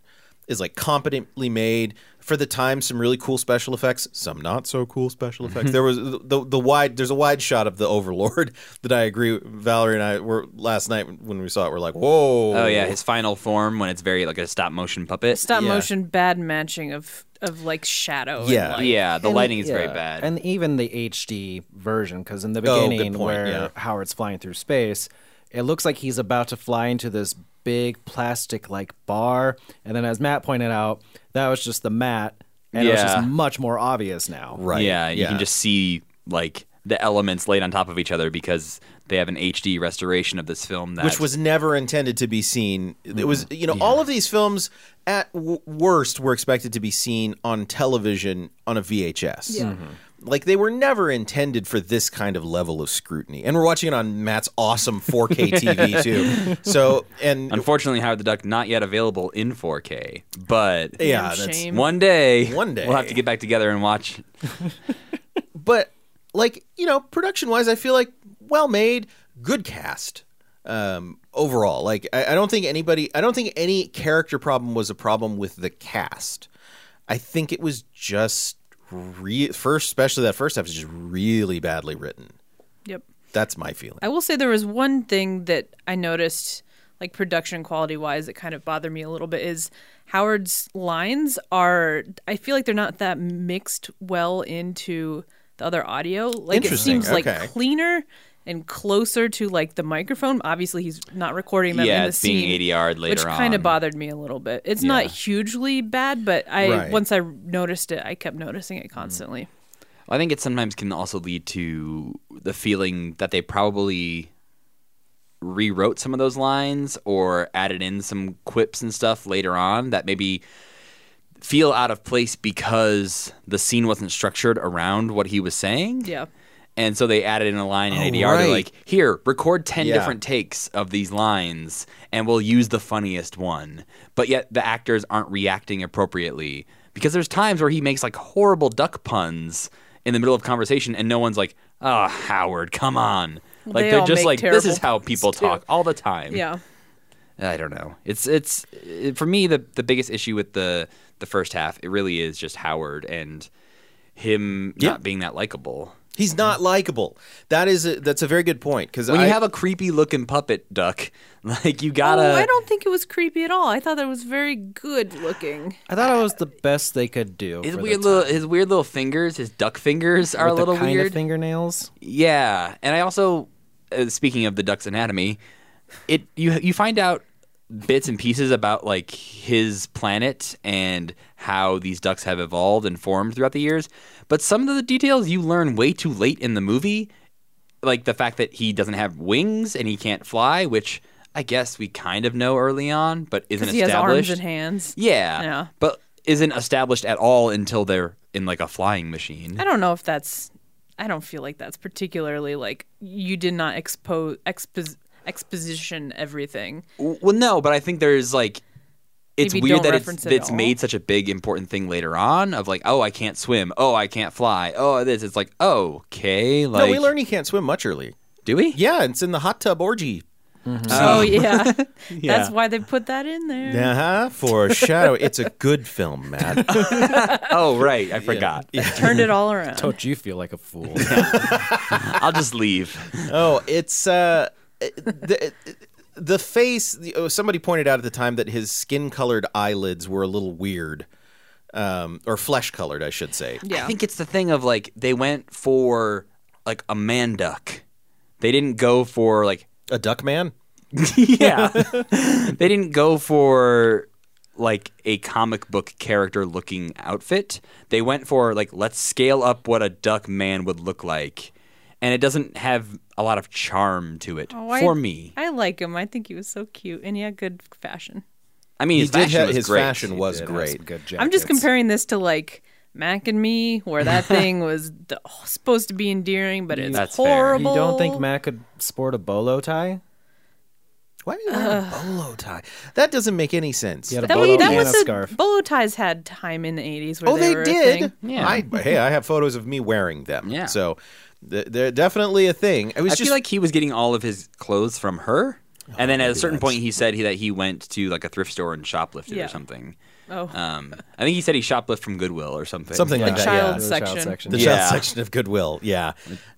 is like competently made for the time some really cool special effects some not so cool special effects there was the, the wide there's a wide shot of the overlord that i agree valerie and i were last night when we saw it we're like whoa
Oh yeah, his final form when it's very like a stop motion puppet.
stop
Yeah.
motion bad matching of of like shadow. and
Yeah.
light.
yeah, the
And-
lighting is very
yeah,
bad.
And even the HD version, because in the
Oh, good
beginning,
point,
where
yeah.
Howard's flying through space, it looks like he's about to fly into this big plastic like bar. And then, as Matt pointed out, that was just the mat. And it was
Yeah.
just much more obvious now.
Right.
Yeah, you can just see like the elements laid on top of each other because they have an HD restoration of this film that
which was never intended to be seen. It was, you know, all of these films at w- worst were expected to be seen on television on a VHS.
Yeah. Mm-hmm.
Like they were never intended for this kind of level of scrutiny. And we're watching it on Matt's awesome 4K TV too. So, and
unfortunately Howard the Duck not yet available in 4K, but
yeah,
Damn
that's
shame.
one day
One day.
we'll have to get back together and watch.
but like, you know, production-wise I feel like well made, good cast. Um, overall, like I, I don't think anybody, I don't think any character problem was a problem with the cast. I think it was just re- first, especially that first half is just really badly written.
Yep.
That's my feeling.
I will say there was one thing that I noticed, like production quality wise, that kind of bothered me a little bit is Howard's lines are. I feel like they're not that mixed well into the other audio. Like it
Interesting,
seems
okay.
like cleaner and closer to like the microphone. Obviously, he's not recording them in
yeah,
the
it's
scene.
being 80 yard later
which
on.
kind of bothered me a little bit. It's not
Yeah.
hugely bad, but I
Right.
once I noticed it, I kept noticing it constantly.
I think it sometimes can also lead to the feeling that they probably rewrote some of those lines or added in some quips and stuff later on that maybe feel out of place because the scene wasn't structured around what he was saying.
Yeah.
And so they added in a line in
Oh,
ADR. They're
right.
like, here, record 10
Yeah.
different takes of these lines and we'll use the funniest one. But yet the actors aren't reacting appropriately because there's times where he makes like horrible duck puns in the middle of conversation and no one's like, oh, Howard, come on. Like
they
they're
all
just
make
like, this
terrible
is how people
puns, too.
talk all the time.
Yeah.
I don't know. It's it's it, for me the the biggest issue with the the first half. It really is just Howard and him
Yeah.
not being that likable.
He's not likable. That is a, that's a very good point because
When you have a creepy looking puppet duck, like you gotta.
oh, I don't think it was creepy at all. I thought that was very good looking.
I thought it was the best they could do.
His
for the
weird
time.
little his weird little fingers, his duck fingers are
With
a little
the kind
weird.
of fingernails.
Yeah, and I also uh, speaking of the duck's anatomy, it you you find out bits and pieces about like his planet and how these ducks have evolved and formed throughout the years, but some of the details you learn way too late in the movie, like the fact that he doesn't have wings and he can't fly, which I guess we kind of know early on, but isn't
Because he has
established.
arms and hands.
yeah,
Yeah.
but isn't established at all until they're in like a flying machine.
I don't know if that's. I don't feel like that's particularly like you did not expose expo- exposition everything.
Well, no, but I think there's like it's
Maybe
weird
don't
that
reference
it's,
it
that it's
at all.
made such a big important thing later on of like, oh, I can't swim, oh, I can't fly, oh, this. It's like, oh, okay,
no,
like
we learn he can't swim much early.
do we?
Yeah, it's in the hot tub orgy.
Mm.
oh yeah.
Yeah.
that's why they put that in there.
Uh huh. For a shadow, it's a good film, Matt.
Oh, right, I forgot.
Turned it all around.
Don't you feel like a fool?
I'll just leave.
oh, it's uh, the the face. The, oh, somebody pointed out at the time that his skin colored eyelids were a little weird, um, or flesh colored, I should say.
Yeah.
I think it's the thing of like they went for like a man duck. They didn't go for like
A duck man.
yeah. they didn't go for like a comic book character looking outfit. They went for like let's scale up what a duck man would look like. And it doesn't have a lot of charm to it
Oh, I-
for me.
I like him. I think he was so cute and he had good fashion.
I mean,
He
his
did
fashion
have-
was
his
great.
fashion was
It has
great.
Good
I'm just
jackets.
comparing this to like Mac and Me, where that thing was the, oh, supposed to be endearing, but it's
That's fair. You
You
horrible.
don't think Matt could sport a bolo tie?
Why do you wear a bolo tie? That doesn't make any sense.
He had a
that,
bolo
that
tie and
was
a
the
scarf.
bolo ties had time in the 80s. Where
Oh, they,
were a
did.
thing.
Yeah.
I, hey, I have photos of me wearing them.
Yeah.
So th- they're definitely a thing. It was
I
just Oh,
feel like he was getting all of his clothes from her. and then at a certain point, he said he, that he went to like a thrift store and shoplifted
Yeah.
or something.
Oh,
Uh,
Um, I think he said he shoplifted from Goodwill or something.
something like
Yeah.
that.
child
yeah.
The
section.
The
Yeah.
child section of Goodwill. Yeah.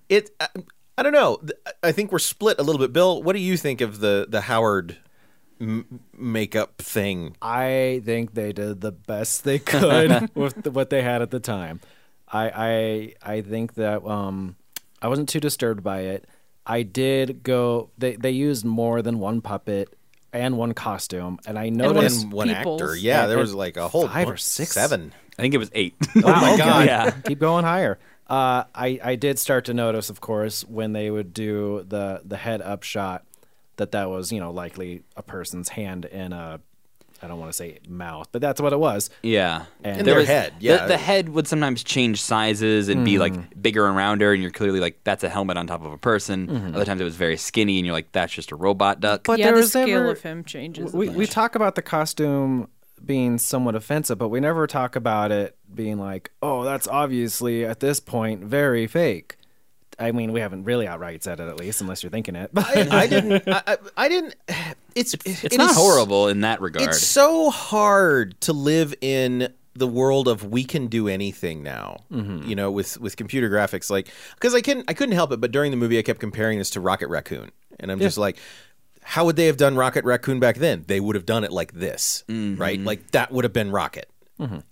It. uh, I, I don't know. Th- I think we're split a little bit. Bill, what do you think of the the Howard m- makeup thing.
I think they did the best they could with the, what they had at the time. I I I think that um I wasn't too disturbed by it. I did go they they used more than one puppet and one costume and I
one
noticed
and one
people's-
actor. Yeah, there
Yeah,
was like a whole
five
bunch-
or six.
seven.
I think it was eight.
Oh my god!
Yeah.
Keep going higher. Uh, I I did start to notice, of course, when they would do the the head up shot, that that was you know likely a person's hand in a, I don't want to say mouth, but that's what it was.
Yeah.
And
There
their
was-
head,
the-
yeah. Hmm.
The, head would sometimes change sizes and be like bigger and rounder, and you're clearly like, that's a helmet on top of a person.
Hmm.
Other times it was very skinny, and you're like, that's just a robot duck.
But
yeah,
there
the
was
scale
never-
of him changes. a
We
bunch.
we talk about the costume being somewhat offensive, but we never talk about it being like, oh, that's obviously at this point very fake. I mean, we haven't really outright said it, at least, unless you're thinking it. But
I, I didn't. I, I- I didn't. It's it's,
it's not horrible in that regard.
It's so hard to live in the world of we can do anything now. You know, with with computer graphics, like because I can I couldn't help it, but during the movie I kept comparing this to Rocket Raccoon, and I'm just like. How would they have done Rocket Raccoon back then? They would have done it like this, right? Like that would have been Rocket.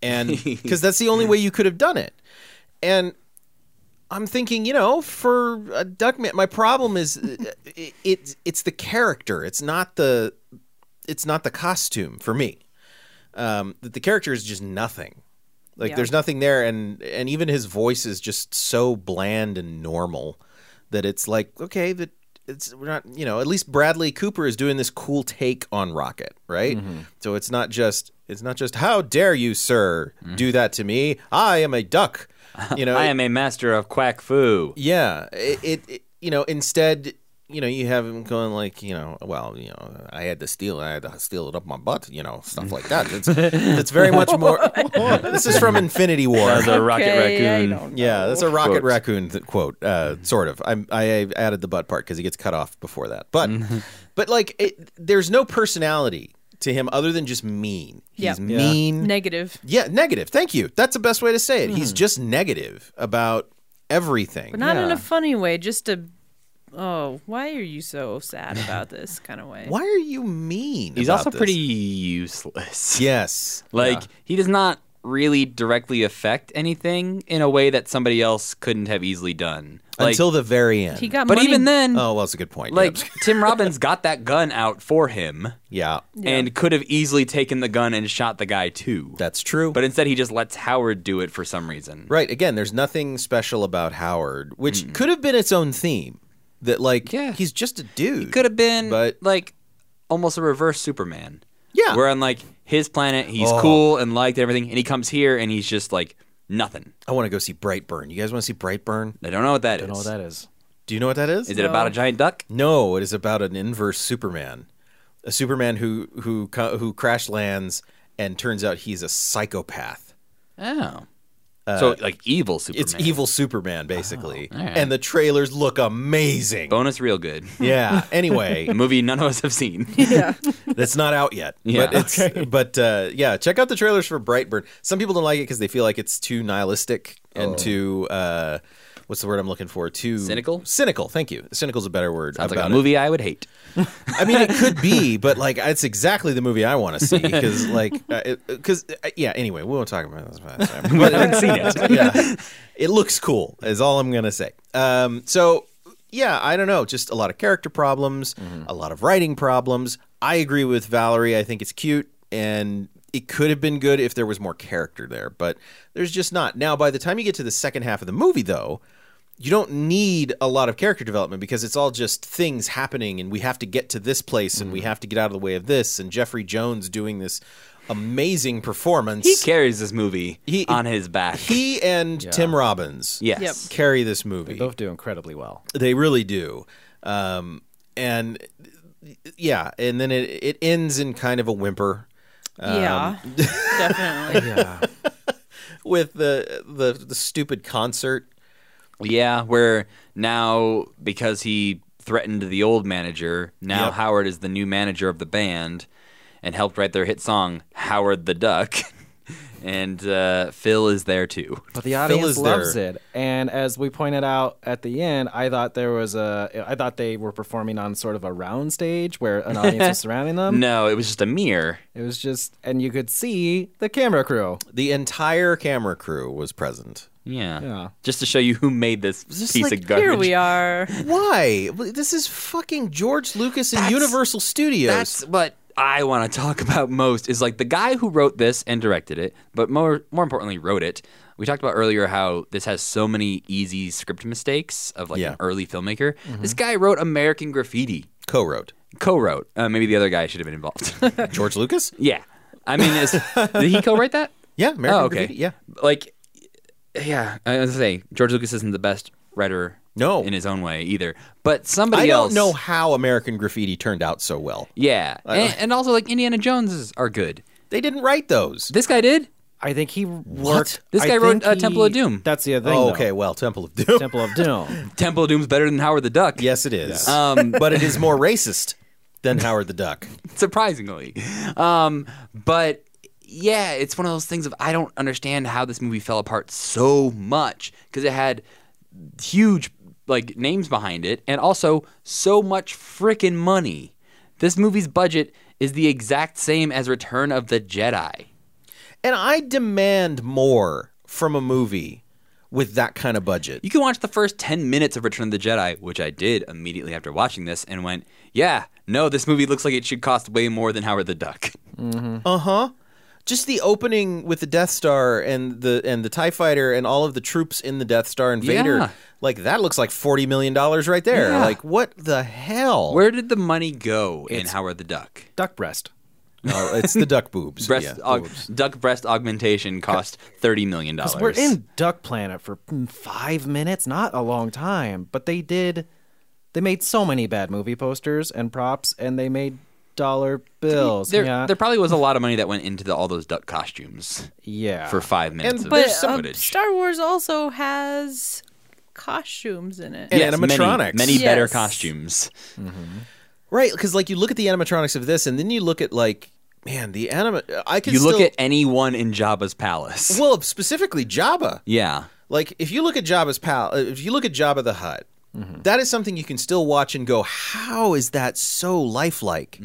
And because that's the only way you could have done it. And I'm thinking, you know, for a Duckman, my problem is uh, it, it's it's the character. It's not the it's not the costume for me. Um, that the character is just nothing. Like
Yeah.
there's nothing there, and and even his voice is just so bland and normal that it's like okay that it's we're not you know at least Bradley Cooper is doing this cool take on Rocket right so it's not just it's not just how dare you sir do that to me I am a duck you know
I am a master of quack foo.
yeah, it, it, it- you know instead you know you have him going like you know well you know I had to steal I had to steal it up my butt you know stuff like that. It's it's very much more. this is from Infinity War.
As a rocket
Okay, I
raccoon.
don't know.
Yeah, that's a rocket
Quote.
raccoon th- quote. Uh, sort of. I'm, I I added the butt part because he gets cut off before that. But
Mm-hmm.
but like it, there's no personality to him other than just mean.
Yeah.
He's
Yeah.
mean.
Negative.
yeah, negative. Thank you. That's the best way to say it. He's just negative about everything.
Mm. But not in a funny way, just a oh, why are you so sad about this kind of way?
Why are you mean?
He's
about
also
this?
pretty useless.
Yes.
Like he does not really directly affect anything in a way that somebody else couldn't have easily done. Like,
until the very end.
He got
but
money.
even then,
Oh, well, that's a good point.
like
Yep.
Tim Robbins got that gun out for him
yeah,
and could have easily taken the gun and shot the guy too.
that's true.
but instead, he just lets Howard do it for some reason.
right again, there's nothing special about Howard, which could have been its own theme. That like,
Yeah.
he's just a dude.
Could have been
But-
like almost a reverse Superman.
Yeah.
where on like his planet, he's
Oh.
cool and liked and everything, and he comes here and he's just like nothing.
I want to go see Brightburn. You guys want to see Brightburn?
I don't know what that is.
I don't know what that is.
Do you know what that is?
Is it about a giant duck?
No, it is about an inverse Superman, a Superman who who co- who crash lands and turns out he's a psychopath.
Oh. so like evil Superman.
Uh,
Oh,
It's evil Superman basically,
all right.
and the trailers look amazing.
Bonus real good.
yeah. Anyway,
A movie none of us have seen.
That's not out yet.
Yeah.
But it's but uh, yeah, check out the trailers for Brightburn. Some people don't like it because they feel like it's too nihilistic
Oh.
and too uh, what's the word I'm looking for? Too
Cynical?
Cynical. Thank you. Cynical's a better word.
Sounds like a
about it.
movie I would hate.
I mean, it could be, but like it's exactly the movie I want to see because like uh, because yeah. Anyway, we won't talk about this. But I haven't seen it. Yeah, it looks cool. Is all I'm gonna say. Um, so yeah, I don't know. Just a lot of character problems, a lot of writing problems. I agree with Valerie. I think it's cute and. It could have been good if there was more character there, but there's just not. Now, by the time you get to the second half of the movie, though, you don't need a lot of character development because it's all just things happening and we have to get to this place and we have to get out of the way of this and Jeffrey Jones doing this amazing performance.
He carries this movie
He-
on his back.
He and Tim Robbins
yes.
Yep.
carry this movie.
Both do incredibly well.
They really do. Um, and yeah, and then it, it ends in kind of a whimper
yeah, definitely.
with the the, the stupid concert.
Yeah, where now because he threatened the old manager, now
Yep.
Howard is the new manager of the band and helped write their hit song Howard the Duck. and uh, Phil is there too.
But the
is
audience
there.
loves it. And as we pointed out at the end, I thought there was a I thought they were performing on sort of a round stage where an audience was surrounding them.
No, it was just a mirror.
It was just and you could see the camera crew.
The entire camera crew was present.
Yeah.
Yeah.
Just to show you who made this
just
piece
like,
of garbage.
Here we are.
Why? This is fucking George Lucas and
That's-
Universal Studios.
That's what I want to talk about most is like the guy who wrote this and directed it, but more more importantly wrote it. We talked about earlier how this has so many easy script mistakes of like
Yeah. Mm-hmm.
an early filmmaker. This guy wrote American Graffiti,
co-wrote.
co-wrote. Uh, maybe the other guy should have been involved.
George Lucas?
yeah, I mean, is, did he co-write that?
Yeah, American
oh, okay.
Graffiti, Yeah.
like yeah. I was gonna say George Lucas isn't the best writer.
No.
in his own way either. But somebody
I don't
else.
know how American Graffiti turned out so well.
Yeah, and, and also like Indiana Joneses are good.
They didn't write those.
This guy did.
I think he worked
This
I
guy wrote,
think
uh, Temple of Doom.
That's the other thing.
Oh,
though.
okay, well, Temple of Doom.
Temple of Doom.
Temple of Doom's better than Howard the Duck.
yes, it is.
Um,
but it is more racist than Howard the Duck.
surprisingly. Um, but yeah, it's one of those things of I don't understand how this movie fell apart so much because it had huge like names behind it and also so much freaking money. This movie's budget is the exact same as Return of the Jedi.
And I demand more from a movie with that kind of budget.
You can watch the first 10 minutes of Return of the Jedi, which I did immediately after watching this, and went, yeah, no, this movie looks like it should cost way more than Howard the Duck.
Uh-huh. Just the opening with the Death Star and the and the Tie Fighter and all of the troops in the Death Star and Vader,
Yeah.
like that looks like forty million dollars right there.
Yeah.
Like what the hell?
Where did the money go in Howard the Duck?
Duck breast.
Oh, it's the duck boobs.
Breast
Yeah,
aug-
boobs.
duck breast augmentation cost thirty million dollars.
We're in Duck Planet for mm, five minutes, not a long time, but they did. They made so many bad movie posters and props, and they made dollar bills.
There,
yeah,
there probably was a lot of money that went into the, all those duck costumes
yeah.
for five minutes of
But
this
uh,
footage.
Star Wars also has costumes in it.
And
Yes, many-
animatronics.
many, better
Yes.
costumes.
Right, because like you look at the animatronics of this, and then you look at like, man, the anima. I can
You look
still-
at anyone in Jabba's palace.
well, specifically Jabba.
yeah,
Like if you look at Jabba's pal, uh, if you look at Jabba the Hutt, that is something you can still watch and go, how is that so lifelike?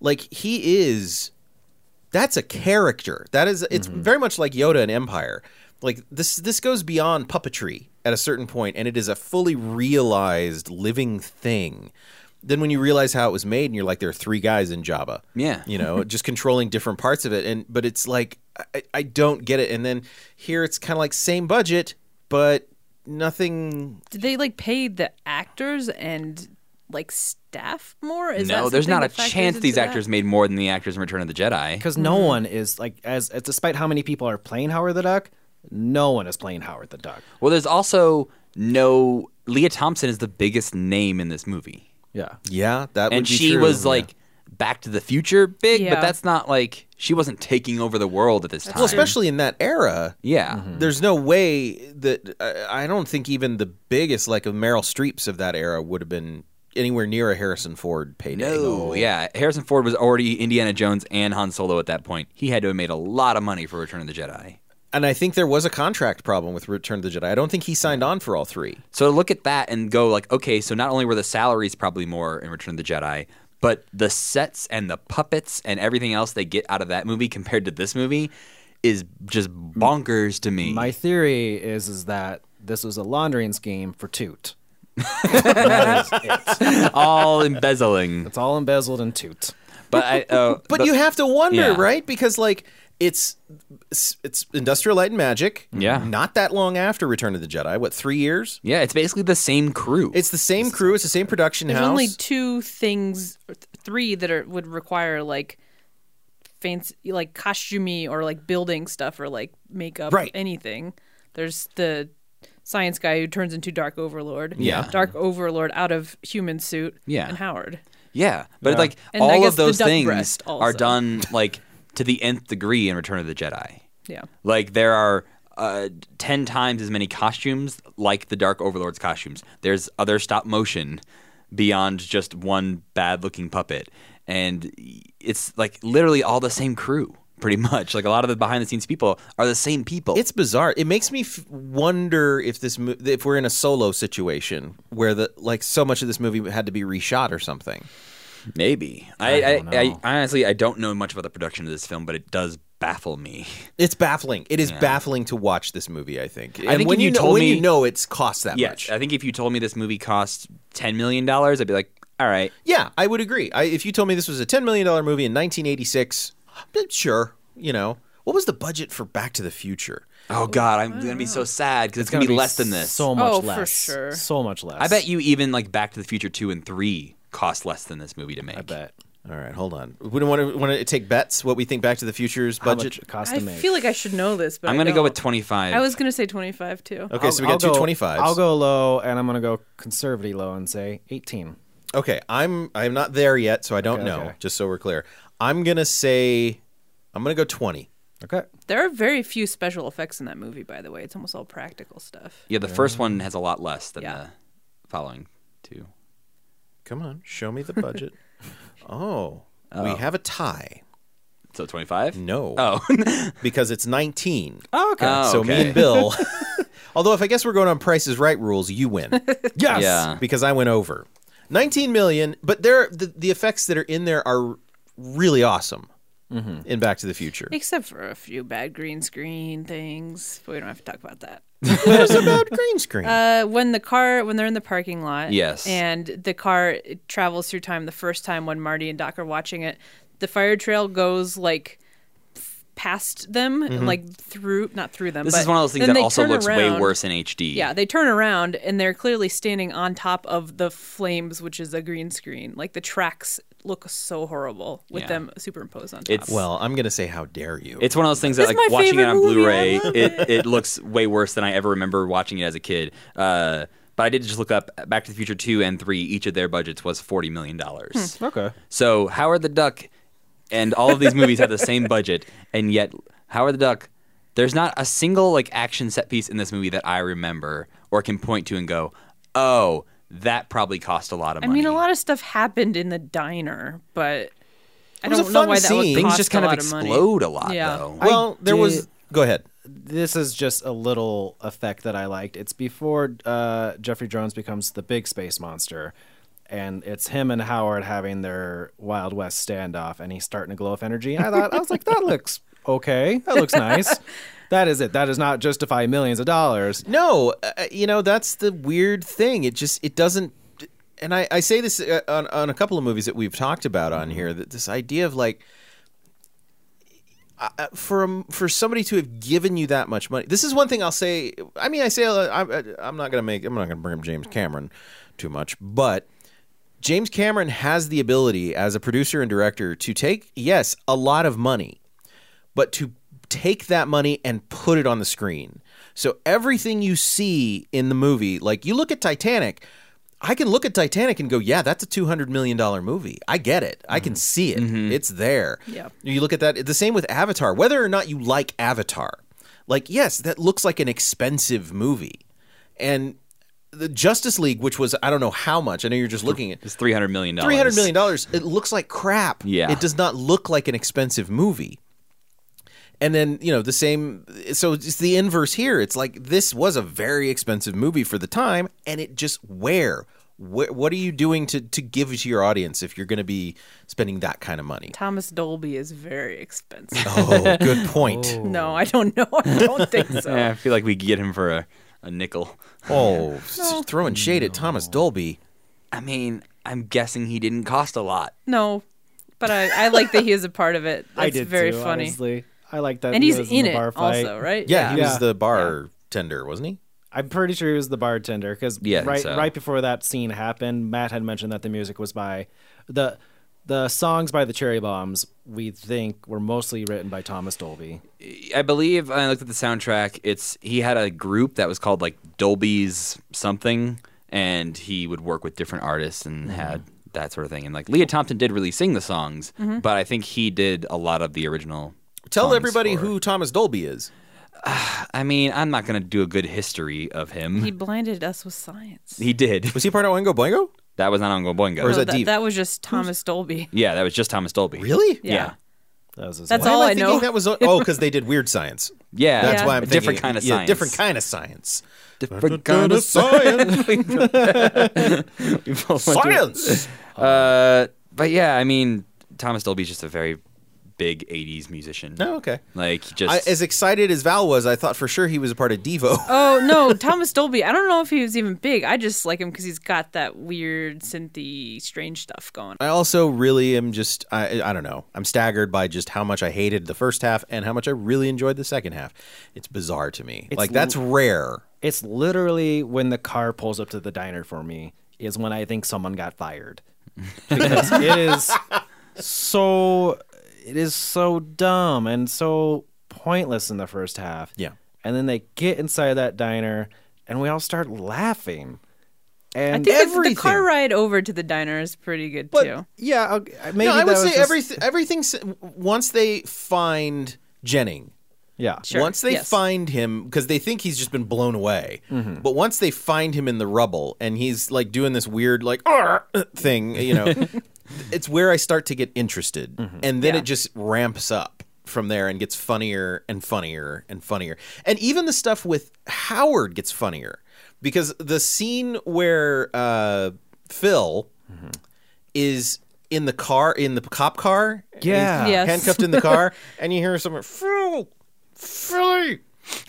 Like he is. That's a character. That is. It's
Mm-hmm.
very much like Yoda in Empire. Like this. This goes beyond puppetry at a certain point, and it is a fully realized living thing. Then when you realize how it was made, and you're like, there are three guys in Jabba.
Yeah.
You know, just controlling different parts of it. And but it's like I, I don't get it. And then here it's kind of like same budget, but nothing.
Did they like pay the actors and like staff more? Is
no,
that
there's
something
not a
that factors
chance these
into that?
actors made more than the actors in Return of the Jedi.
because no one is like as, as despite how many people are playing Howard the Duck, no one is playing Howard the Duck.
Well, there's also no Leah Thompson is the biggest name in this movie.
Yeah,
Yeah, that would
and
be
she
true.
was
Yeah.
like Back to the Future big, but
Yeah.
that's not like she wasn't taking over the world at this time.
well, especially Mm-hmm. in that era.
yeah,
There's no way that I I don't think even the biggest like of Meryl Streep's of that era would have been anywhere near a Harrison Ford payday.
no, yeah. Harrison Ford was already Indiana Jones and Han Solo at that point. He had to have made a lot of money for Return of the Jedi.
And I think there was a contract problem with Return of the Jedi. I don't think he signed on for all three.
So to look at that and go like, okay, so not only were the salaries probably more in Return of the Jedi, but the sets and the puppets and everything else they get out of that movie compared to this movie is just bonkers to me.
my theory is is that this was a laundering scheme for Toot.
All embezzling,
It's all embezzled in Toot.
but I, uh,
But you have to wonder,
Yeah.
right? Because like it's it's Industrial Light and Magic.
Yeah.
Not that long after Return of the Jedi. What three years?
yeah, it's basically the same crew.
It's the same crew. It's the same production
There's
house.
only two things, or th- three that are would require like fancy, like costumey or like building stuff or like makeup,
Right.
Anything. There's the science guy who turns into Dark Overlord.
Yeah.
Dark Overlord out of human suit.
Yeah.
And Howard.
Yeah, but like
And I
all
guess
of
the
those
duck
things
breast
are
also.
done like to the nth degree in Return of the Jedi.
Yeah.
Like there are uh, ten times as many costumes like the Dark Overlord's costumes. There's other stop motion beyond just one bad looking puppet, and it's like literally all the same crew. pretty much. Like a lot of the behind the scenes people are the same people.
It's bizarre. It makes me f- wonder if this mo- if we're in a solo situation where the like so much of this movie had to be reshot or something.
Maybe. I, I,
don't
I,
know.
honestly I don't know much about the production of this film, but it does baffle me.
It's baffling. It is baffling to watch this movie. I think. And
think
when
if
you,
you
know,
told
when
me- uh,
you know it's cost that much.
Yes, I think if you told me this movie cost ten million dollars, I'd be like, all right,
Yeah, I would agree. I, if you told me this was a ten million dollar movie in 1986, eh, sure. You know what was the budget for Back to the Future?
oh god, I'm gonna be so sad because it's, gonna, be, less than this.
So much
Oh, for
less.
sure.
So much less.
I bet you even like Back to the Future two and three cost less than this movie to make.
I bet.
All right, hold on. We don't want to want to take bets. What we think Back to the Future's
How
budget?
much it cost
I
to make.
feel like I should know this, but
I'm
I
gonna go
don't.
with twenty five.
I was gonna say 25 too.
Okay, so we got
I'll
two
go-
twenty fives.
I'll go low, and I'm gonna go conservatively low and say 18.
Okay, I'm I'm not there yet, so I don't
Okay,
know.
okay.
Just so we're clear, I'm gonna say I'm gonna go twenty.
Okay.
There are very few special effects in that movie, by the way. It's almost all practical stuff.
Yeah, the first one has a lot less than
Yeah.
the following two.
Come on, show me the budget. oh, we have a tie.
So 25?
No,
Oh.
because it's nineteen.
Oh, okay.
Oh,
so me
okay.
and Bill. although if I guess we're going on Price is Right rules, you win
yes.
Yeah.
because I went over nineteen million. But there, the, the effects that are in there are really awesome.
Mm-hmm.
In Back to the Future,
Except for a few bad green screen things. But we don't have to talk about that.
there's a bad green screen.
Uh, when the car, when they're in the parking lot,
Yes.
and the car travels through time. The first time when Marty and Doc are watching it, the fire trail goes like f- past them, like through, not through them.
Mm-hmm. This
but
is one of those things
then
that
they
also
turn
looks way
around.
worse in HD.
Yeah, they turn around and they're clearly standing on top of the flames, which is a green screen. Like the tracks look so horrible with
Yeah.
them superimposed on top.
It's
well, I'm gonna say, how dare you?
it's one of those things that
This is
like
my
watching it
favorite
on
movie, I
Blu-ray,
love
it, it looks way worse than I ever remember watching it as a kid. Uh, but I did just look up Back to the Future 2 and 3, each of their budgets was 40 million
Hmm.
dollars.
Okay.
So, Howard the Duck and all of these movies have the same budget and yet Howard the Duck there's not a single like action set piece in this movie that I remember or can point to and go, "Oh, that probably cost a lot of
I
money."
mean, a lot of stuff happened in the diner, but I
It was a
don't know
fun
why that would
scene.
cost
things just kind
a
of
lot money.
explode a lot
Yeah.
though.
well, there was.
did-
Go ahead.
This is just a little effect that I liked. It's before uh, Jeffrey Jones becomes the big space monster, and it's him and Howard having their Wild West standoff, and he's starting to glow with energy. And I thought, I was like, that looks okay. That looks nice. that is it. That does not justify millions of dollars.
No, uh, you know that's the weird thing. It just it doesn't. And I, I say this uh, on on a couple of movies that we've talked about on here that this idea of like uh, for a- for somebody to have given you that much money. This is one thing I'll say. I mean, I say uh, I, I, I'm not gonna make I'm not gonna bring up James Cameron too much, but James Cameron has the ability as a producer and director to take yes a lot of money but to take that money and put it on the screen. So everything you see in the movie, like you look at Titanic, I can look at Titanic and go, yeah, that's a $200 million movie. I get it. I can see it. It's there.
Yep.
You look at that. The same with Avatar. Whether or not you like Avatar, like, yes, that looks like an expensive movie. And the Justice League, which was, I don't know how much, I know you're just looking at
It's three hundred million dollars.
three hundred million dollars. It looks like crap.
Yeah.
it does not look like an expensive movie. And then you know the same. So it's the inverse here. It's like this was a very expensive movie for the time, and it just where. Wh- What are you doing to, to give to your audience if you're going to be spending that kind of money?
Thomas Dolby is very expensive.
Oh, good point.
no, I don't know. I don't think so.
Yeah, I feel like we could get him for a, a nickel.
Oh, s- throwing shade at Thomas Dolby.
I mean, I'm guessing he didn't cost a lot.
No, but I, I like that he is a part of it. That's
I did
very
too,
funny.
honestly. I like that.
And
he
he's
was
in
the
it
bar fight.
also, right?
Yeah, he
Yeah.
was the bartender, wasn't he?
I'm pretty sure he was the bartender because
Yeah, I think
right
so.
right before that scene happened, Matt had mentioned that the music was by the the songs by the Cherry Bombs. We think were mostly written by Thomas Dolby.
I believe I looked at the soundtrack. It's he had a group that was called like Dolby's something, and he would work with different artists and had that sort of thing. And like Leah Thompson did really sing the songs, but I think he did a lot of the original.
Tell
songs
everybody
for-
who Thomas Dolby is.
I mean, I'm not gonna do a good history of him.
He
He,
blinded us with science.
did.
Was he part of Oingo Boingo?
that was not on Boingo.
Or is that
No, that,
deep?
that was just Thomas Dolby.
yeah, that was just Thomas Dolby.
Really?
Yeah.
That was his
That's
wife.
all
Why am
I
thinking
know.
That was oh, because they did weird science.
Yeah,
That's
Yeah.
why I'm
A different
thinking-
kind of
yeah,
science.
Different kind of science.
different kind of science. We both went through-
Science.
Uh, but yeah, I mean, Thomas Dolby's just a very big '80s musician.
No, okay.
like
I,
just
as excited as Val was, I thought for sure he was a part of Devo.
Oh no, Thomas Dolby. I don't know if he was even big. I just like him because he's got that weird synthy, strange stuff going.
I also really am just I I don't know. I'm staggered by just how much I hated the first half and how much I really enjoyed the second half. It's bizarre to me. like that's rare.
It's literally when the car pulls up to the diner for me is when I think someone got fired. Because it is so it is so dumb and so pointless in the first half.
Yeah.
And then they get inside that diner and we all start laughing.
I
And
think the, the
everything.
car ride over to the diner is pretty good
but,
too.
yeah, I'll- maybe
no, I
that
would
was
say
just-
everything everything s- once they find Jennings
Yeah.
Sure.
Once they
yes.
find him, because they think he's just been blown away, but once they find him in the rubble and he's like doing this weird like "Arr!" thing, you know, it's where I start to get interested, and then it just ramps up from there and gets funnier and funnier and funnier, and even the stuff with Howard gets funnier because the scene where uh, Phil is in the car in the cop car
Yeah.
he's
Yes.
handcuffed in the car and you hear someone Phil Philly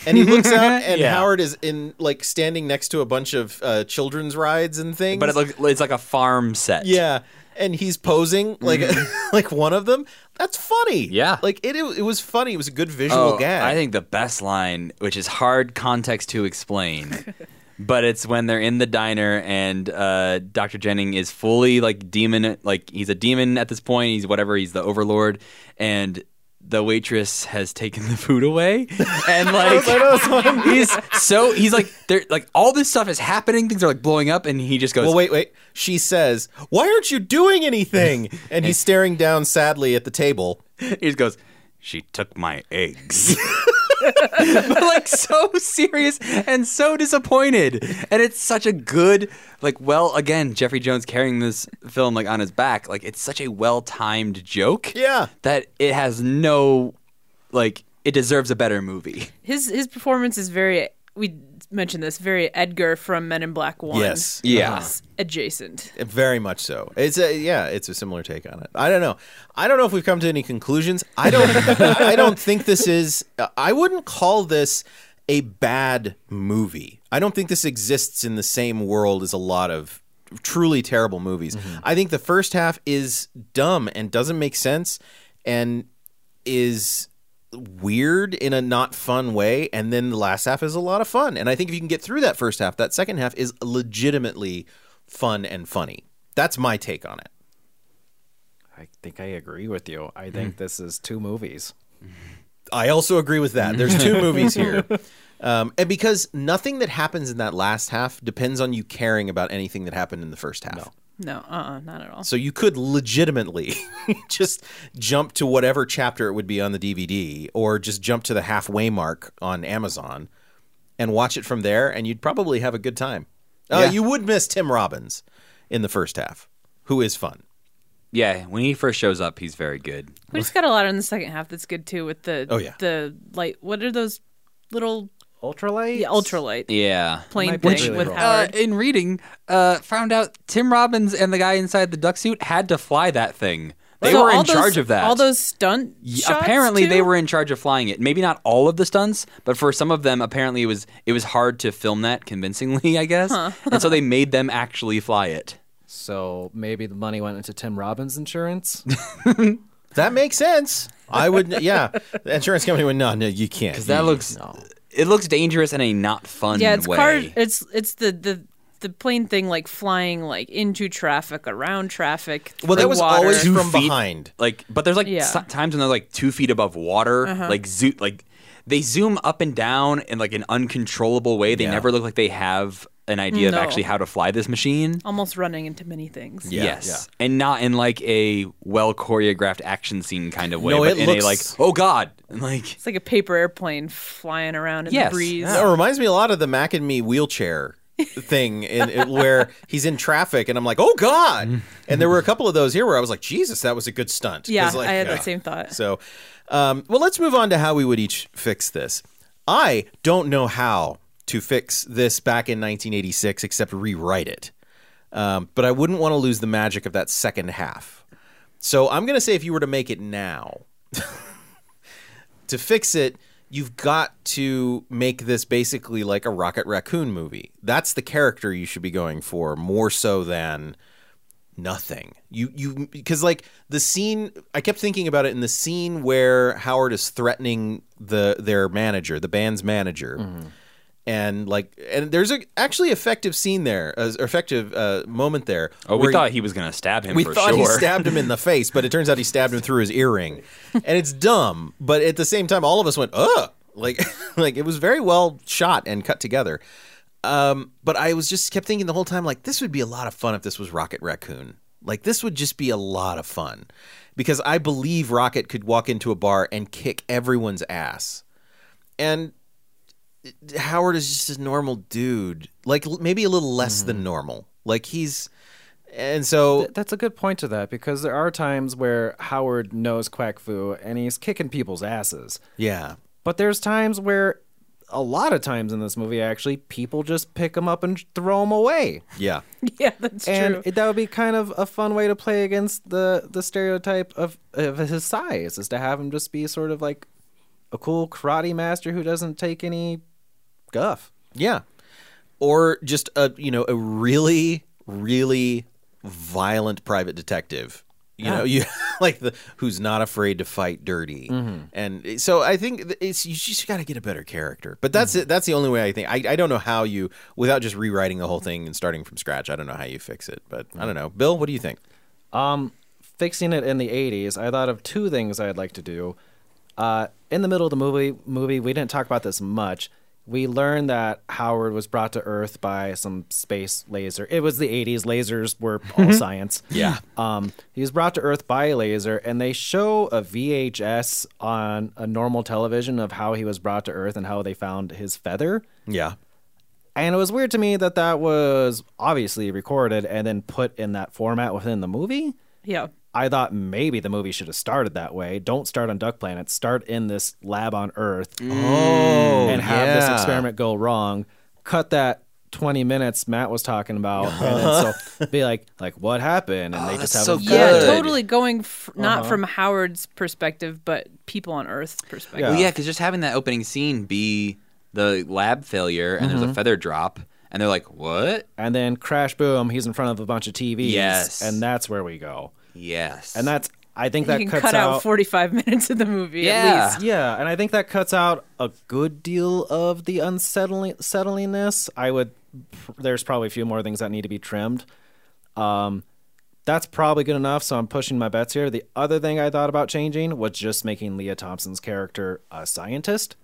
and he looks out and
Yeah.
Howard is in like standing next to a bunch of uh, children's rides and things
but it looks, it's like a farm set.
yeah and he's posing like like one of them that's funny
Mm-hmm. Yeah.
like it it was funny it was a good visual
Oh,
gag
I think the best line, which is hard context to explain, but it's when they're in the diner and uh, Dr. Jennings is fully like demon, like he's a demon at this point. He's whatever, he's the overlord. And the waitress has taken the food away. And like, he's so, he's like, they're like, all this stuff is happening. Things are like blowing up. And he just goes,
well, wait, wait. She says, "Why aren't you doing anything?" And he's staring down sadly at the table.
he just goes, she took my eggs. but like so serious and so disappointed. And it's such a good, like, well, again, Jeffrey Jones carrying this film like on his back, like it's such a well timed joke.
Yeah.
That it has no like it deserves a better movie.
His his performance is very. We mentioned this very Edgar from Men in Black One.
Yes.
Yeah.
It's adjacent.
Very much so. It's a yeah. It's a similar take on it. I don't know. I don't know if we've come to any conclusions. I don't. I don't think this is. I wouldn't call this a bad movie. I don't think this exists in the same world as a lot of truly terrible movies. I think the first half is dumb and doesn't make sense, and is weird in a not fun way and then the last half is a lot of fun and i think if you can get through that first half that second half is legitimately fun and funny that's my take on it
I think I agree with you. I think this is two movies.
i also agree with that there's two movies here um, and because nothing that happens in that last half depends on you caring about anything that happened in the first half
No, uh, uh not at all.
so you could legitimately just jump to whatever chapter it would be on the dvd or just jump to the halfway mark on amazon and watch it from there, and you'd probably have a good time. Uh,
Yeah.
You would miss Tim Robbins in the first half, who is fun.
Yeah. When he first shows up, he's very good.
We just got a lot in the second half that's good too with the
Oh, yeah.
the light. What are those little
Ultralight?
yeah, ultralight
Yeah.
plane
Might be
thing
really
with
wrong.
Uh,
Howard?
in reading, uh, found out Tim Robbins and the guy inside the duck suit had to fly that thing. They
So
were in
all those-
charge of that.
All those stunt.
Y-
shots,
apparently they
too?
were in charge of flying it. Maybe not all of the stunts, but for some of them, apparently it was it was hard to film that convincingly, I guess. and so they made them actually fly it.
So maybe the money went into Tim Robbins insurance?
That makes sense. I would, yeah. The insurance company would, no, no, you can't.
Because that looks Hmm. it looks dangerous in a not fun
Yeah, it's
way.
car. It's it's the the the plane thing like flying like into traffic, around traffic.
Well, that
through
was
water.
always
Two
from
feet-
behind.
Like, but there's like
Yeah. Uh-huh.
so- times when they're like two feet above water, like zoo, like they zoom up and down in like an uncontrollable way. They
Yeah.
never look like they have an idea
No.
of actually how to fly this machine.
almost running into many things.
Yeah,
yes, and not in like a well choreographed action scene kind of way,
No,
but
it
in
looks-
a like, oh god, and like
It's like a paper airplane flying around in
Yes.
the breeze.
It reminds me a lot of the Mac and Me wheelchair thing in, in- where he's in traffic, and I'm like, oh
Mm.
god. And there were a couple of those here where I was like, Jesus, that was a good stunt. 'Cause,
Yeah,
like,
I had that
yeah.
same thought.
So, um, well, let's move on to how we would each fix this. I don't know how to fix this back in 1986 except rewrite it. Um, but I wouldn't want to lose the magic of that second half. So I'm going to say if you were to make it now, to fix it, you've got to make this basically like a Rocket Raccoon movie. That's the character you should be going for more so than nothing. You you because like the scene I kept thinking about it in the scene where Howard is threatening the their manager, the band's manager.
Mm-hmm.
And like, and there's a actually effective scene there, uh, effective uh, moment there.
Oh, we
where-
thought he was gonna stab him
we
for
thought
sure.
he stabbed him in the face, but it turns out he stabbed him through his earring, and it's dumb. But at the same time, all of us went, "Ugh!" Like, like it was very well shot and cut together. Um, but I was just kept thinking the whole time, like, this would be a lot of fun if this was Rocket Raccoon. Like, this would just be a lot of fun because I believe Rocket could walk into a bar and kick everyone's ass, and Howard is just a normal dude, like l- maybe a little less
Mm-hmm.
than normal. Like he's, and so
Th- That's a good point to that because there are times where Howard knows Quack Fu and he's kicking people's asses.
yeah.
But there's times where, a lot of times in this movie, actually, people just pick them up and throw them away.
Yeah.
yeah, that's
and
true.
it- that would be kind of a fun way to play against the the stereotype of of his size is to have him just be sort of like a cool karate master who doesn't take any guff.
Yeah. Or just a you know a really really violent private detective. You know, you like the who's not afraid to fight dirty.
Mm-hmm.
And so I think th- it's you just got to get a better character. But
Mm-hmm.
that's it. That's the only way I think. I, I don't know how you without just rewriting the whole thing and starting from scratch. I don't know how you fix it, but I don't know. Bill, what do you think?
Um, fixing it in the '80s, I thought of two things I'd like to do. Uh, in the middle of the movie, movie we didn't talk about this much. We learned that Howard was brought to Earth by some space laser. It was the '80s; lasers were all science.
Yeah.
Um, he was brought to Earth by a laser, and they show a VHS on a normal television of how he was brought to Earth and how they found his feather.
Yeah.
And it was weird to me that that was obviously recorded and then put in that format within the movie.
yeah.
I thought maybe the movie should have started that way. Don't start on Duck Planet. Start in this lab on Earth
Mm.
Oh,
and have this
yeah.
experiment go wrong. Cut that 20 minutes Matt was talking about, and then so be like, like what happened? And they
Oh, that's
just have
so
a
Yeah,
Good.
totally going f- not from Howard's perspective, but people on Earth's perspective.
Well, yeah, because just having that opening scene be the lab failure and
Mm-hmm.
there's a feather drop, and they're like, "What?"
and then crash boom he's in front of a bunch of tvs
Yes.
and that's where we go
Yes,
and that's i think that
you can
cuts
cut
out,
out 45 minutes of the movie
Yeah.
at least.
yeah and i think that cuts out a good deal of the unsettling settlingness i would there's probably a few more things that need to be trimmed um that's probably good enough so i'm pushing my bets here the other thing i thought about changing was just making leah thompson's character a scientist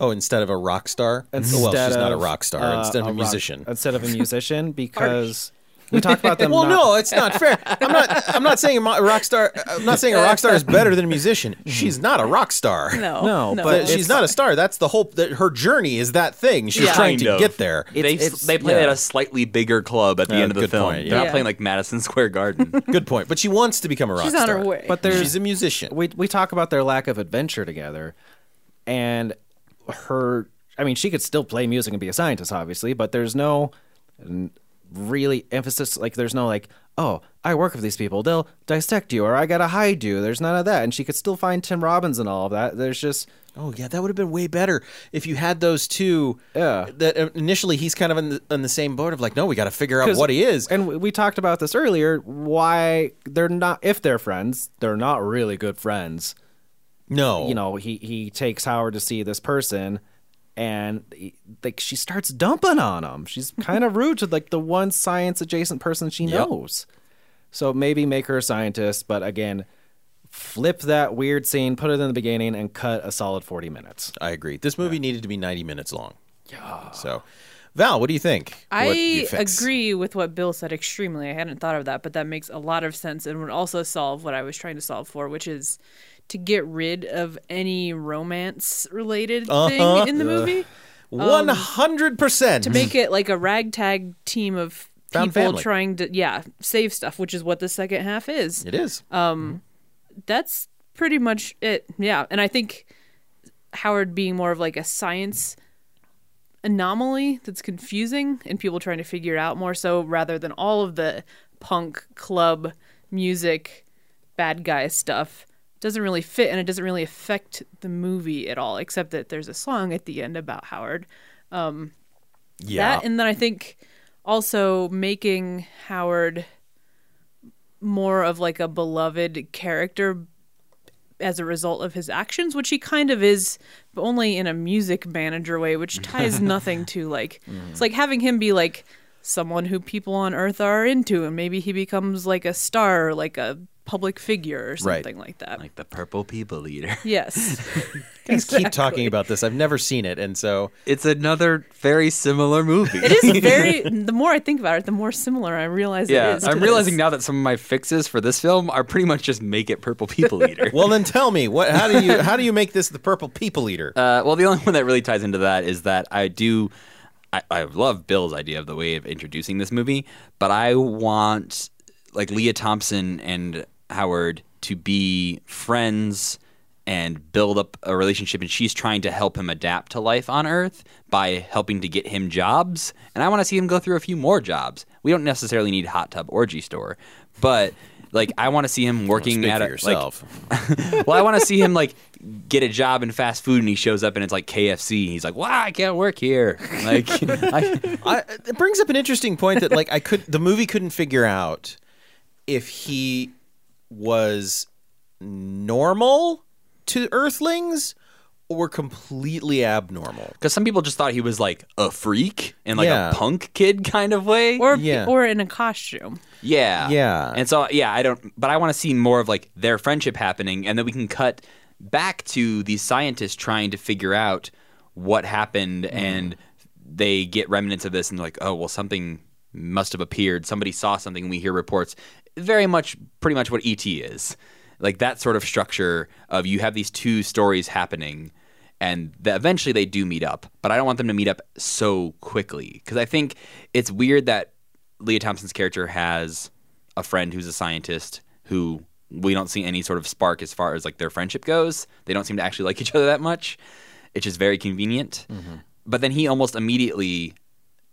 Oh, instead of a rock star.
instead
Mm-hmm. well, she's
of,
not a rock star.
uh,
instead of a,
rock-
musician.
instead of a musician because we talked about them
Well,
not-
no, it's not fair. I'm not. I'm not saying a mo- rock star. I'm not saying a rock star is better than a musician. She's not a rock star.
No,
No,
no.
but
That- she's not a star. That's the whole. That her journey is that thing. She's
Yeah.
trying
Kind
to
of.
get there.
they
It's- it's-
they play
yeah.
at a slightly bigger club at the
Yeah,
end of the
good
film.
point,
They're
yeah.
not playing like Madison Square Garden.
Good point. But she wants to become a rock
she's
star.
on her way.
But there's
she's a musician.
we we talk about their lack of adventure together, and her. I mean, she could still play music and be a scientist, obviously, but there's no n- really emphasis. Like, there's no like, oh, I work with these people; they'll dissect you, or I gotta hide you. There's none of that, and she could still find Tim Robbins and all of that. There's just
Oh yeah, that would have been way better if you had those two.
Yeah.
That uh, initially he's kind of in the, on the same boat of like, no, we got to figure out
'Cause-
what he is.
And we- we talked about this earlier. Why they're not, if they're friends, they're not really good friends.
No,
you know he he takes Howard to see this person and he- like she starts dumping on him she's kind of rude to like the one science adjacent person she
Yep.
knows so maybe make her a scientist but again flip that weird scene put it in the beginning and cut a solid 40 minutes
I agree. This movie needed to be 90 minutes long. Yeah. So, Val, what do you think? What do you
I
fix?
agree with what Bill said extremely. I hadn't thought of that, but that makes a lot of sense and would also solve what I was trying to solve for, which is
Uh-huh.
to get rid of any romance related thing in the movie.
One hundred percent.
to make it like a ragtag team of
Mm. Found
people
family.
trying to yeah save stuff, which is what the second half is.
it is.
That's pretty much it. Yeah, and I think Howard being more of like a science anomaly that's confusing and people trying to figure it out more so rather than all of the punk club music bad guy stuff doesn't really fit and it doesn't really affect the movie at all except that there's a song at the end about Howard
yeah.
that and then i think also making howard more of like a beloved character as a result of his actions which he kind of is but only in a music manager way which ties nothing to like it's like having him be like someone who people on earth are into and maybe he becomes like a star or like a public figure or
Right.
something like that
Like the purple people eater.
yes
Please keep talking about this. I've never seen it, and so
It's another very similar movie.
it is very the more i think about it the more similar i realize it
Yeah,
is to
I'm
this.
realizing now that some of my fixes for this film are pretty much just make it purple people eater.
well, then tell me what. How do you how do you make this the purple people eater?
Uh, well, the only one that really ties into that is that I do. I, I love Bill's idea of the way of introducing this movie, but I want like Leah Thompson and Howard to be friends and build up a relationship, and she's trying to help him adapt to life on Earth by helping to get him jobs. And I want to see him go through a few more jobs. We don't necessarily need hot tub orgy store, but like I want to see him working
Speak
at
for
a, like,
yourself.
well, I want to see him like get a job in fast food, and he shows up and it's like KFC. He's like, "Wow, I can't work here." Like, I,
I, it brings up an interesting point that like I could the movie couldn't figure out if he was normal to Earthlings or completely abnormal.
because some people just thought he was like a freak in like
Yeah.
a punk kid kind of way.
or
Yeah.
or in a costume
yeah,
Yeah.
And so, yeah, I don't. But I want to see more of like their friendship happening, and then we can cut back to these scientists trying to figure out what happened, and they get remnants of this, and they're like, oh, well, something must have appeared. Somebody saw something. and We hear reports. Very much, pretty much what ET is, like that sort of structure of you have these two stories happening. And that eventually they do meet up, but I don't want them to meet up so quickly because I think it's weird that Leah Thompson's character has a friend who's a scientist who we don't see any sort of spark as far as like their friendship goes. They don't seem to actually like each other that much. It's just very convenient. But then he almost immediately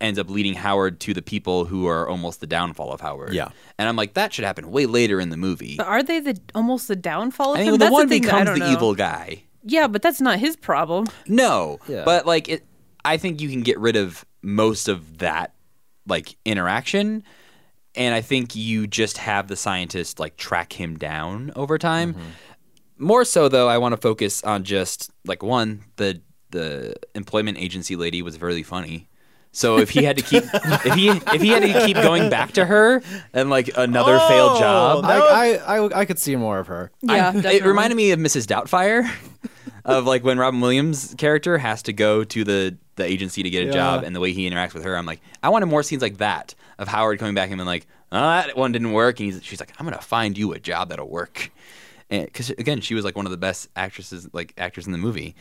ends up leading Howard to the people who are almost the downfall of Howard.
Yeah.
And I'm like, that should happen way later in the movie.
But are they the almost the downfall of
I
him?
mean, the
that's
one
the thing that I
becomes
don't
the
know.
evil guy.
Yeah, but that's not his problem.
No,
Yeah.
but like it, I think you can get rid of most of that like interaction, and I think you just have the scientist like track him down over time. More so though, I want to focus on just like one the the employment agency lady was really funny. So if he had to keep if he if he had to keep going back to her and like another failed
Oh,
job,
That was-
I, I, I, I could see more of her.
Yeah,
I- it
definitely.
reminded me of Mrs. Doubtfire, of like when Robin Williams' character has to go to the the agency to get a
Yeah.
job, and the way he interacts with her, I'm like, I wanted more scenes like that of Howard coming back and being like, oh, that one didn't work, and he's, she's like, I'm gonna find you a job that'll work, because again, she was like one of the best actresses, like actors in the movie.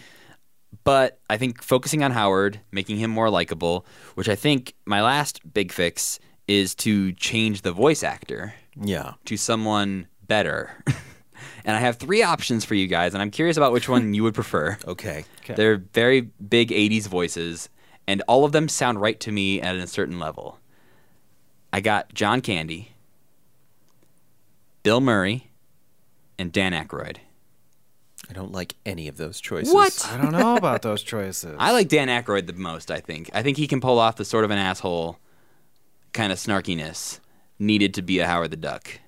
But I think focusing on Howard, making him more likable, which I think my last big fix is to change the voice actor
yeah.
to someone better. and I have three options for you guys, and I'm curious about which one you would prefer.
Okay.
They're very big 80s voices, and all of them sound right to me at a certain level. I got John Candy, Bill Murray, and Dan Aykroyd.
I don't like any of those choices.
I don't know about those choices.
I like Dan Aykroyd the most, I think. I think he can pull off the sort of an asshole kind of snarkiness needed to be a Howard the Duck.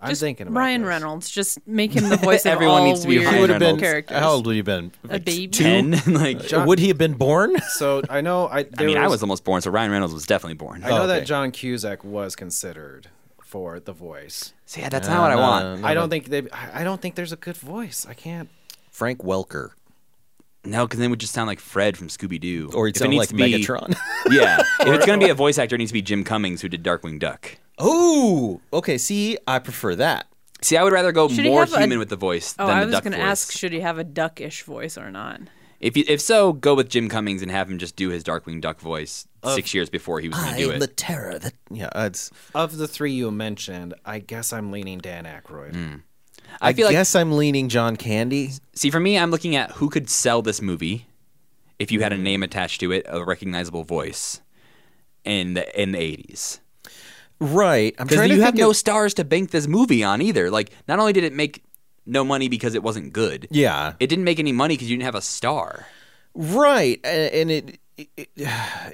I'm
Just
thinking about
Ryan
this.
Reynolds. Just make him the voice of
Everyone
all
needs to be
weird
Ryan
He would have been.
characters.
How old would he have been?
A baby.
Ten, like
John-
Would he have been born?
So I know
I
I. Uh, there
mean, I was almost born, so Ryan Reynolds was definitely born.
I know
Oh, okay.
that John Cusack was considered for the voice.
See, yeah, that's not what I want.
Um,
I don't think they. I I don't think there's a good voice. I can't.
Frank Welker,
No, because then it would just sound like Fred from Scooby Doo.
or he'd sound like Megatron.
yeah. If it's going to be a voice actor, it needs to be Jim Cummings, who did Darkwing Duck.
oh, okay. See, I prefer that.
See, I would rather go
Should he
more
have a-
human with the voice
Oh,
than
I
the
was
duck
going to
voice.
ask, should he have a duckish voice or not?
If you, if so, go with Jim Cummings and have him just do his Darkwing Duck voice six years before he was going to do it.
terror that yeah, it's
Of the three you mentioned, I guess I'm leaning Dan Aykroyd.
I,
I
feel like
guess I'm leaning John Candy.
see for me, I'm looking at who could sell this movie if you had a name attached to it, a recognizable voice in the in the 80s.
Right. I'm
Because
trying
you
to
have
think
no
of-
stars to bank this movie on either. Like, not only did it make no money because it wasn't good,
Yeah.
it didn't make any money because you didn't have a star.
Right, a- and it, it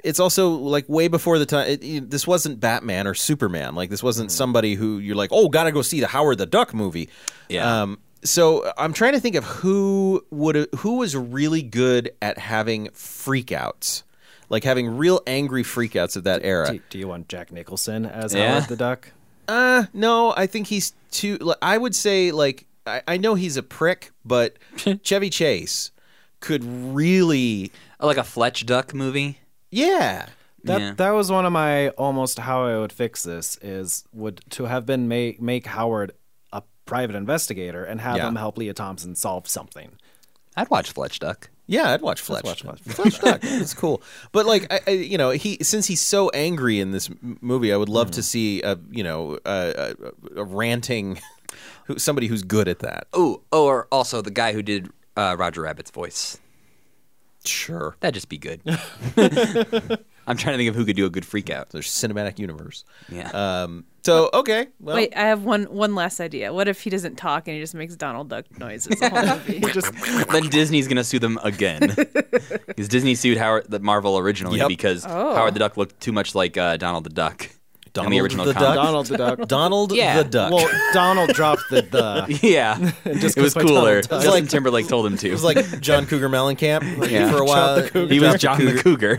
it's also like way before the time. It, it- this wasn't Batman or Superman. Like this wasn't somebody who you're like, oh, gotta go see the Howard the Duck movie.
Yeah.
Um, so I'm trying to think of who would who was really good at having freakouts, like having real angry freakouts of that era.
Do, do you want Jack Nicholson as
Yeah.
Howard the Duck?
Uh, no, I think he's too. li- I would say like I, I know he's a prick, but Chevy Chase could really,
Like a Fletch Duck movie.
yeah.
That
Yeah.
that was one of my almost how I would fix this is would to have been make make Howard a private investigator and have
Yeah.
him help Leah Thompson solve something.
I'd watch Fletch Duck.
Yeah, I'd watch Fletch.
watch
Fletch. Duck. It's cool. But like, I, I, you know, he since he's so angry in this m- movie, I would love
Mm-hmm.
to see a you know a, a, a ranting who, somebody who's good at that.
Oh, or also the guy who did uh, Roger Rabbit's voice.
Sure,
That'd just be good. I'm trying to think of who could do a good freak out.
there's cinematic universe.
Yeah.
Um. So okay. Well,
Wait, I have one one last idea. What if he doesn't talk and he just makes Donald Duck noises the whole movie?
Just
then Disney's going to sue them again. Because Disney sued Howard the Marvel originally
Yep.
because
Oh.
Howard the Duck looked too much like uh, Donald the Duck in the
Donald
original
the
comic.
Duck?
Donald the Duck.
Donald
Yeah.
the Duck.
Well, Donald dropped the the.
Yeah. it was
goes by Donald
cooler.
Duck.
Justin
Like-
Timberlake told him to.
it was like John Cougar Mellencamp like,
Yeah.
for a while.
he was John the Cougar.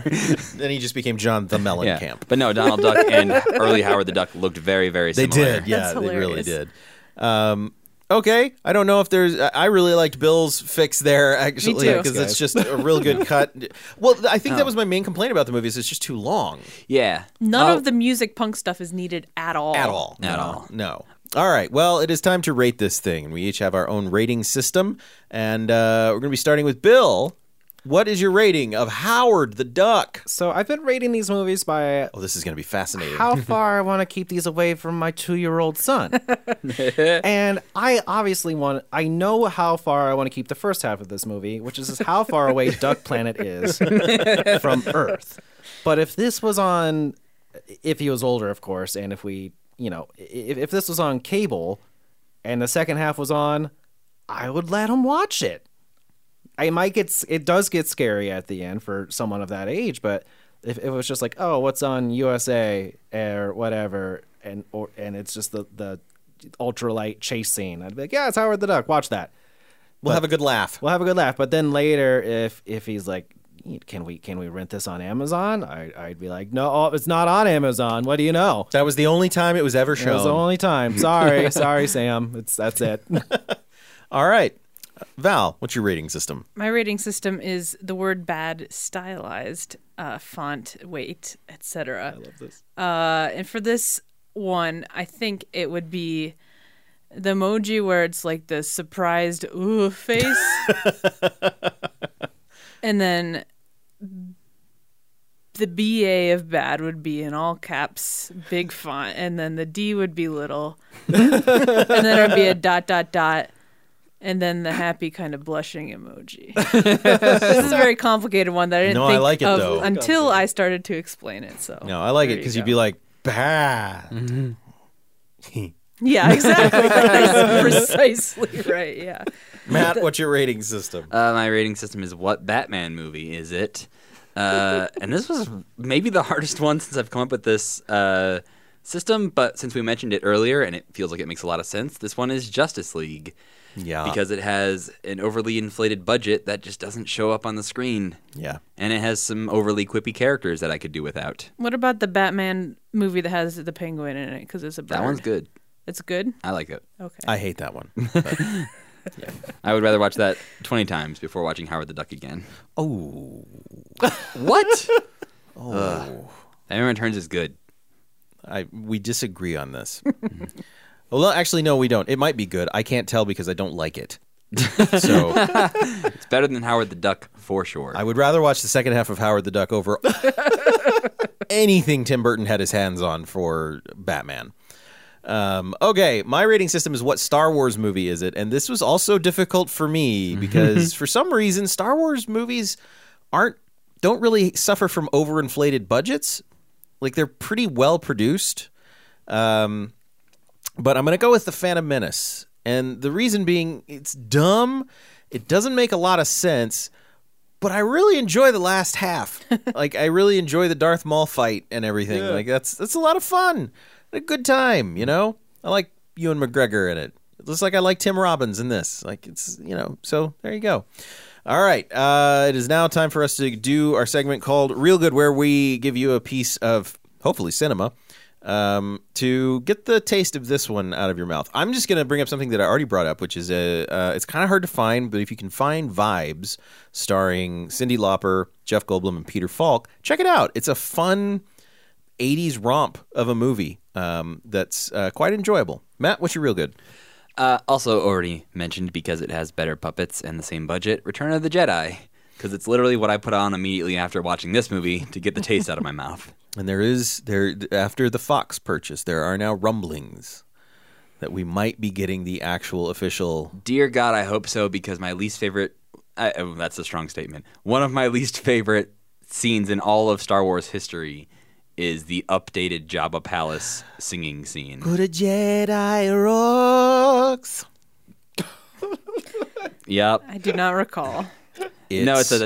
Then he just became John the
yeah.
Mellencamp.
But no, Donald Duck and early Howard the Duck looked very, very
They
similar.
did, yeah,
That's
they really
hilarious.
did. Um, okay, I don't know if there's. I I really liked Bill's fix there actually
too.
because
Thanks,
it's just a real good cut. Well, I think that was my main complaint about the movie is it's just too long
Yeah.
None
Oh,
of the music punk stuff is needed at all.
at all.
At
no,
all.
No. All right. Well, it is time to rate this thing, and we each have our own rating system, and uh, we're going to be starting with Bill. What is your rating of Howard the Duck?
So I've been rating these movies by
Oh, this is going to be fascinating.
how far I want to keep these away from my two-year-old son. and I obviously want. I know how far I want to keep the first half of this movie, which is how far away Duck Planet is from Earth. But if this was on, if he was older, of course, and if we, you know, i- if, if this was on cable, and the second half was on, I would let him watch it. I might get s- it does get scary at the end for someone of that age, but if, if it was just like, oh, what's on USA or whatever, and or and it's just the the ultralight chase scene, I'd be like, yeah, it's Howard the Duck, watch that.
We'll have a good laugh.
We'll have a good laugh. But then later, if if he's like, can we can we rent this on Amazon? I, I'd be like, no, oh, it's not on Amazon. What do you know?
That was the only time it was ever
That
shown.
was the only time. Sorry, sorry, Sam. It's that's it.
All right. Val, what's your rating system?
My rating system is the word bad stylized, uh, font, weight, etc. I love this. Uh, and for this one, I think it would be the emoji where it's like the surprised ooh face. and then the BA of bad would be in all caps, big font, and then the D would be little. and then it would be a dot dot dot and then the happy kind of blushing emoji. this is a very complicated one that I didn't
No, I
think
like it,
of
though.
until I started to explain it. So
No, I like it
there
because
you
you'd be like, bah.
yeah, exactly. That's precisely right. Yeah,
Matt, what's your rating system?
Uh, my rating system is what Batman movie is it? Uh, and this was maybe the hardest one since I've come up with this uh, system, but since we mentioned it earlier and it feels like it makes a lot of sense, this one is Justice League
yeah.
because it has an overly inflated budget that just doesn't show up on the screen.
yeah.
And it has some overly quippy characters that I could do without.
what about the Batman movie that has the penguin in it? Because it's a bird.
That one's good.
It's good.
I like it.
Okay.
I hate that one.
I would rather watch that 20 times before watching Howard the Duck again.
oh.
What?
Oh.
Batman Returns is good.
I, we disagree on this. well, actually, no, we don't. It might be good. I can't tell because I don't like it. So
It's better than Howard the Duck for sure.
I would rather watch the second half of Howard the Duck over anything Tim Burton had his hands on for Batman. Um, okay, my rating system is what Star Wars movie is it? And this was also difficult for me because for some reason Star Wars movies aren't don't really suffer from overinflated budgets. Like they're pretty well produced. Um, but I'm going to go with the Phantom Menace. And the reason being, it's dumb. It doesn't make a lot of sense, but I really enjoy the last half. like I really enjoy the Darth Maul fight and everything. Like that's that's a lot of fun. A good time, you know. I like Ewan McGregor in it. Just like I like Tim Robbins in this. Like it's you know. So there you go. All right. Uh, it is now time for us to do our segment called Real Good, where we give you a piece of hopefully cinema um, to get the taste of this one out of your mouth. I'm just going to bring up something that I already brought up, which is a uh, it's kind of hard to find, but if you can find Vibes, starring Cindy Lauper, Jeff Goldblum, and Peter Falk, check it out. It's a fun 80s romp of a movie um, that's uh, quite enjoyable. Matt, what's your real good?
Uh, also, already mentioned because it has better puppets and the same budget. Return of the Jedi, because it's literally what I put on immediately after watching this movie to get the taste out of my mouth.
And there is there after the Fox purchase, there are now rumblings that we might be getting the actual official
Dear God, I hope so, because my least favorite. I, oh, that's a strong statement. One of my least favorite scenes in all of Star Wars history is the updated Jabba Palace singing scene.
Put a Jedi rocks.
Yep.
I do not recall.
no, it says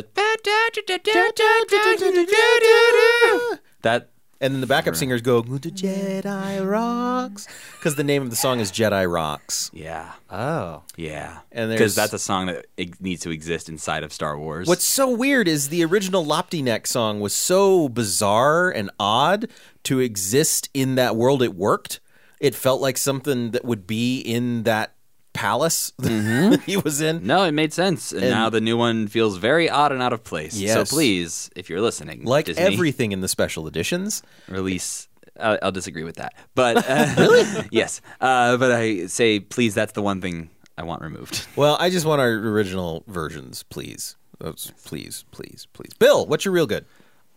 that.
And then the backup singers go, "Go to Jedi Rocks," because the name of the song is Jedi Rocks.
Yeah.
Oh.
Yeah,
And there's-
because that's a song that ex- needs to exist inside of Star Wars.
What's so weird is the original Lopty Neck song was so bizarre and odd to exist in that world. It worked. It felt like something that would be in that palace
Mm-hmm.
that he was in.
no? It made sense, and, now the new one feels very odd and out of place.
Yes.
So please, if you're listening,
Mm-hmm.
Like
Disney,
everything in the special editions.
release. I'll, I'll disagree with that, but uh, really, yes. Uh, but I say, please, that's the one thing I want removed.
Well, I just want our original versions, please. Those, please, please, please. Bill, what's your real good?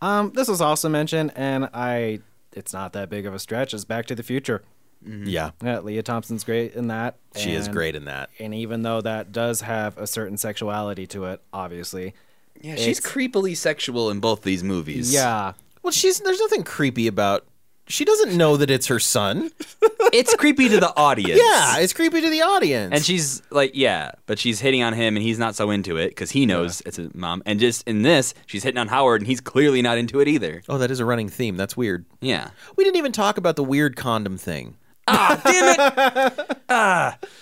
Um, this was also mentioned, and I it's not that big of a stretch. It's Back to the Future.
Yeah,
Yeah, Leah Thompson's great in that.
she is
Mm-hmm. and-
great in that.
And even though that does have a certain sexuality to it, obviously.
Yeah, she's creepily sexual in both these movies.
Yeah.
Well, she's there's nothing creepy about. She doesn't know that it's her son.
it's creepy to the audience.
Yeah, it's creepy to the audience.
And she's like, yeah, but she's hitting on him, and he's not so into it because he knows it's a mom. And just in this, she's hitting on Howard, and he's clearly not into it either.
oh, that is a running theme. That's weird.
Yeah.
We didn't even talk about the weird condom thing.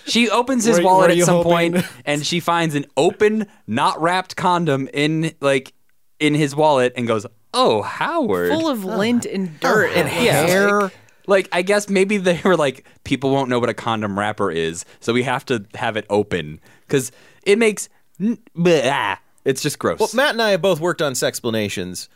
She opens his
Were-
wallet
were
at
you
some
hoping-
point, and she finds an open, not wrapped condom in like in his wallet, and goes, "Oh, Howard."
Full of lint and dirt and
Yeah.
Hair.
like I guess maybe they were like people won't know what a condom wrapper is, so we have to have it open because it makes n- blah. it's just gross.
Well, Matt and I have both worked on sexplanations,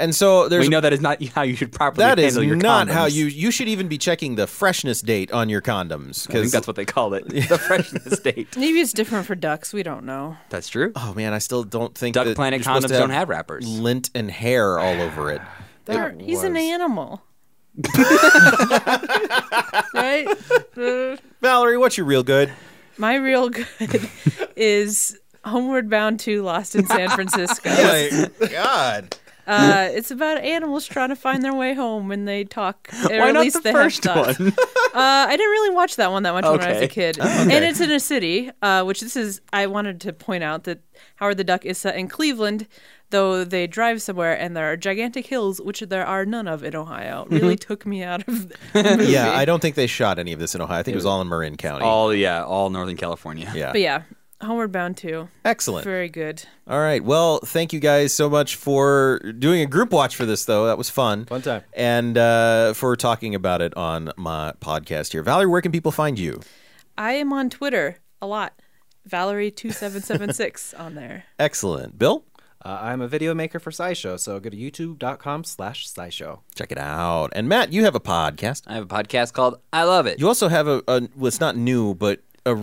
and so there's
we know that is not how you should properly
that is
handle your
not how
condoms.
you you should even be checking the freshness date on your condoms
I think
because
that's what they call it. The freshness date.
Maybe it's different for ducks. We don't know.
That's true.
oh man, I still don't think
Duck
that
Planet
you're supposed
condoms
to
don't have wrappers.
lint and hair all over it.
They're- He's an animal. right? Uh,
Valerie, what's your real good?
my real good is Homeward Bound 2 Lost in San Francisco.
Like, God.
Uh, it's about animals trying to find their way home when they talk. Or
Why
at
not
least
the
they
first
have thoughts.
one?
Uh, I didn't really watch that one that much when I was
Okay.
a kid, and it's in a city, uh, which this is. I wanted to point out that Howard the Duck is set in Cleveland, though they drive somewhere and there are gigantic hills, which there are none of in Ohio. It Really
Mm-hmm.
took me out of. The movie.
Yeah, I don't think they shot any of this in Ohio. I think it was all in Marin County.
all yeah, all Northern California.
yeah.
But yeah, Homeward Bound too.
Excellent.
Very good.
All right. Well, thank you guys so much for doing a group watch for this, though. That was fun.
Fun time.
And uh, for talking about it on my podcast here. Valerie, where can people find you?
I am on Twitter a lot. Valerie two seven seven six on there.
Excellent. Bill,
Uh, I'm a video maker for SciShow, so go to youtube.com slash SciShow.
check it out. And Matt, you have a podcast.
I have a podcast called I Love It.
You also have a, a well, it's not new, but a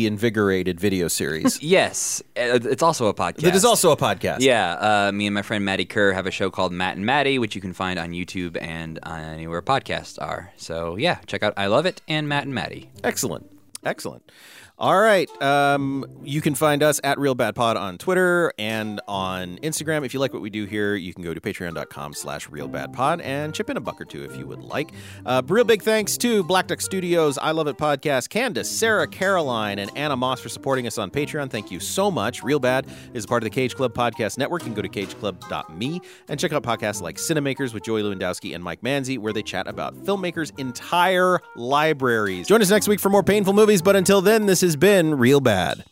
reinvigorated video series
Yes, uh, it's also a podcast.
that is also a podcast.
Yeah, uh, me and my friend Maddie Kerr have a show called Matt and Maddie, which you can find on YouTube and on anywhere podcasts are. So yeah, check out I Love It and Matt and Maddie.
Excellent. Excellent. All right. Um, you can find us at Real Bad Pod on Twitter and on Instagram. If you like what we do here, you can go to patreon.com slash real bad pod and chip in a buck or two if you would like. Uh, real big thanks to Black Duck Studios, I Love It Podcast, Candace, Sarah, Caroline, and Anna Moss for supporting us on Patreon. Thank you so much. Real Bad is a part of the Cage Club Podcast Network. You can go to cageclub.me and check out podcasts like Cinemakers with Joey Lewandowski and Mike Manzi, where they chat about filmmakers' entire libraries. Join us next week for more painful movies, but until then, this has been Real Bad.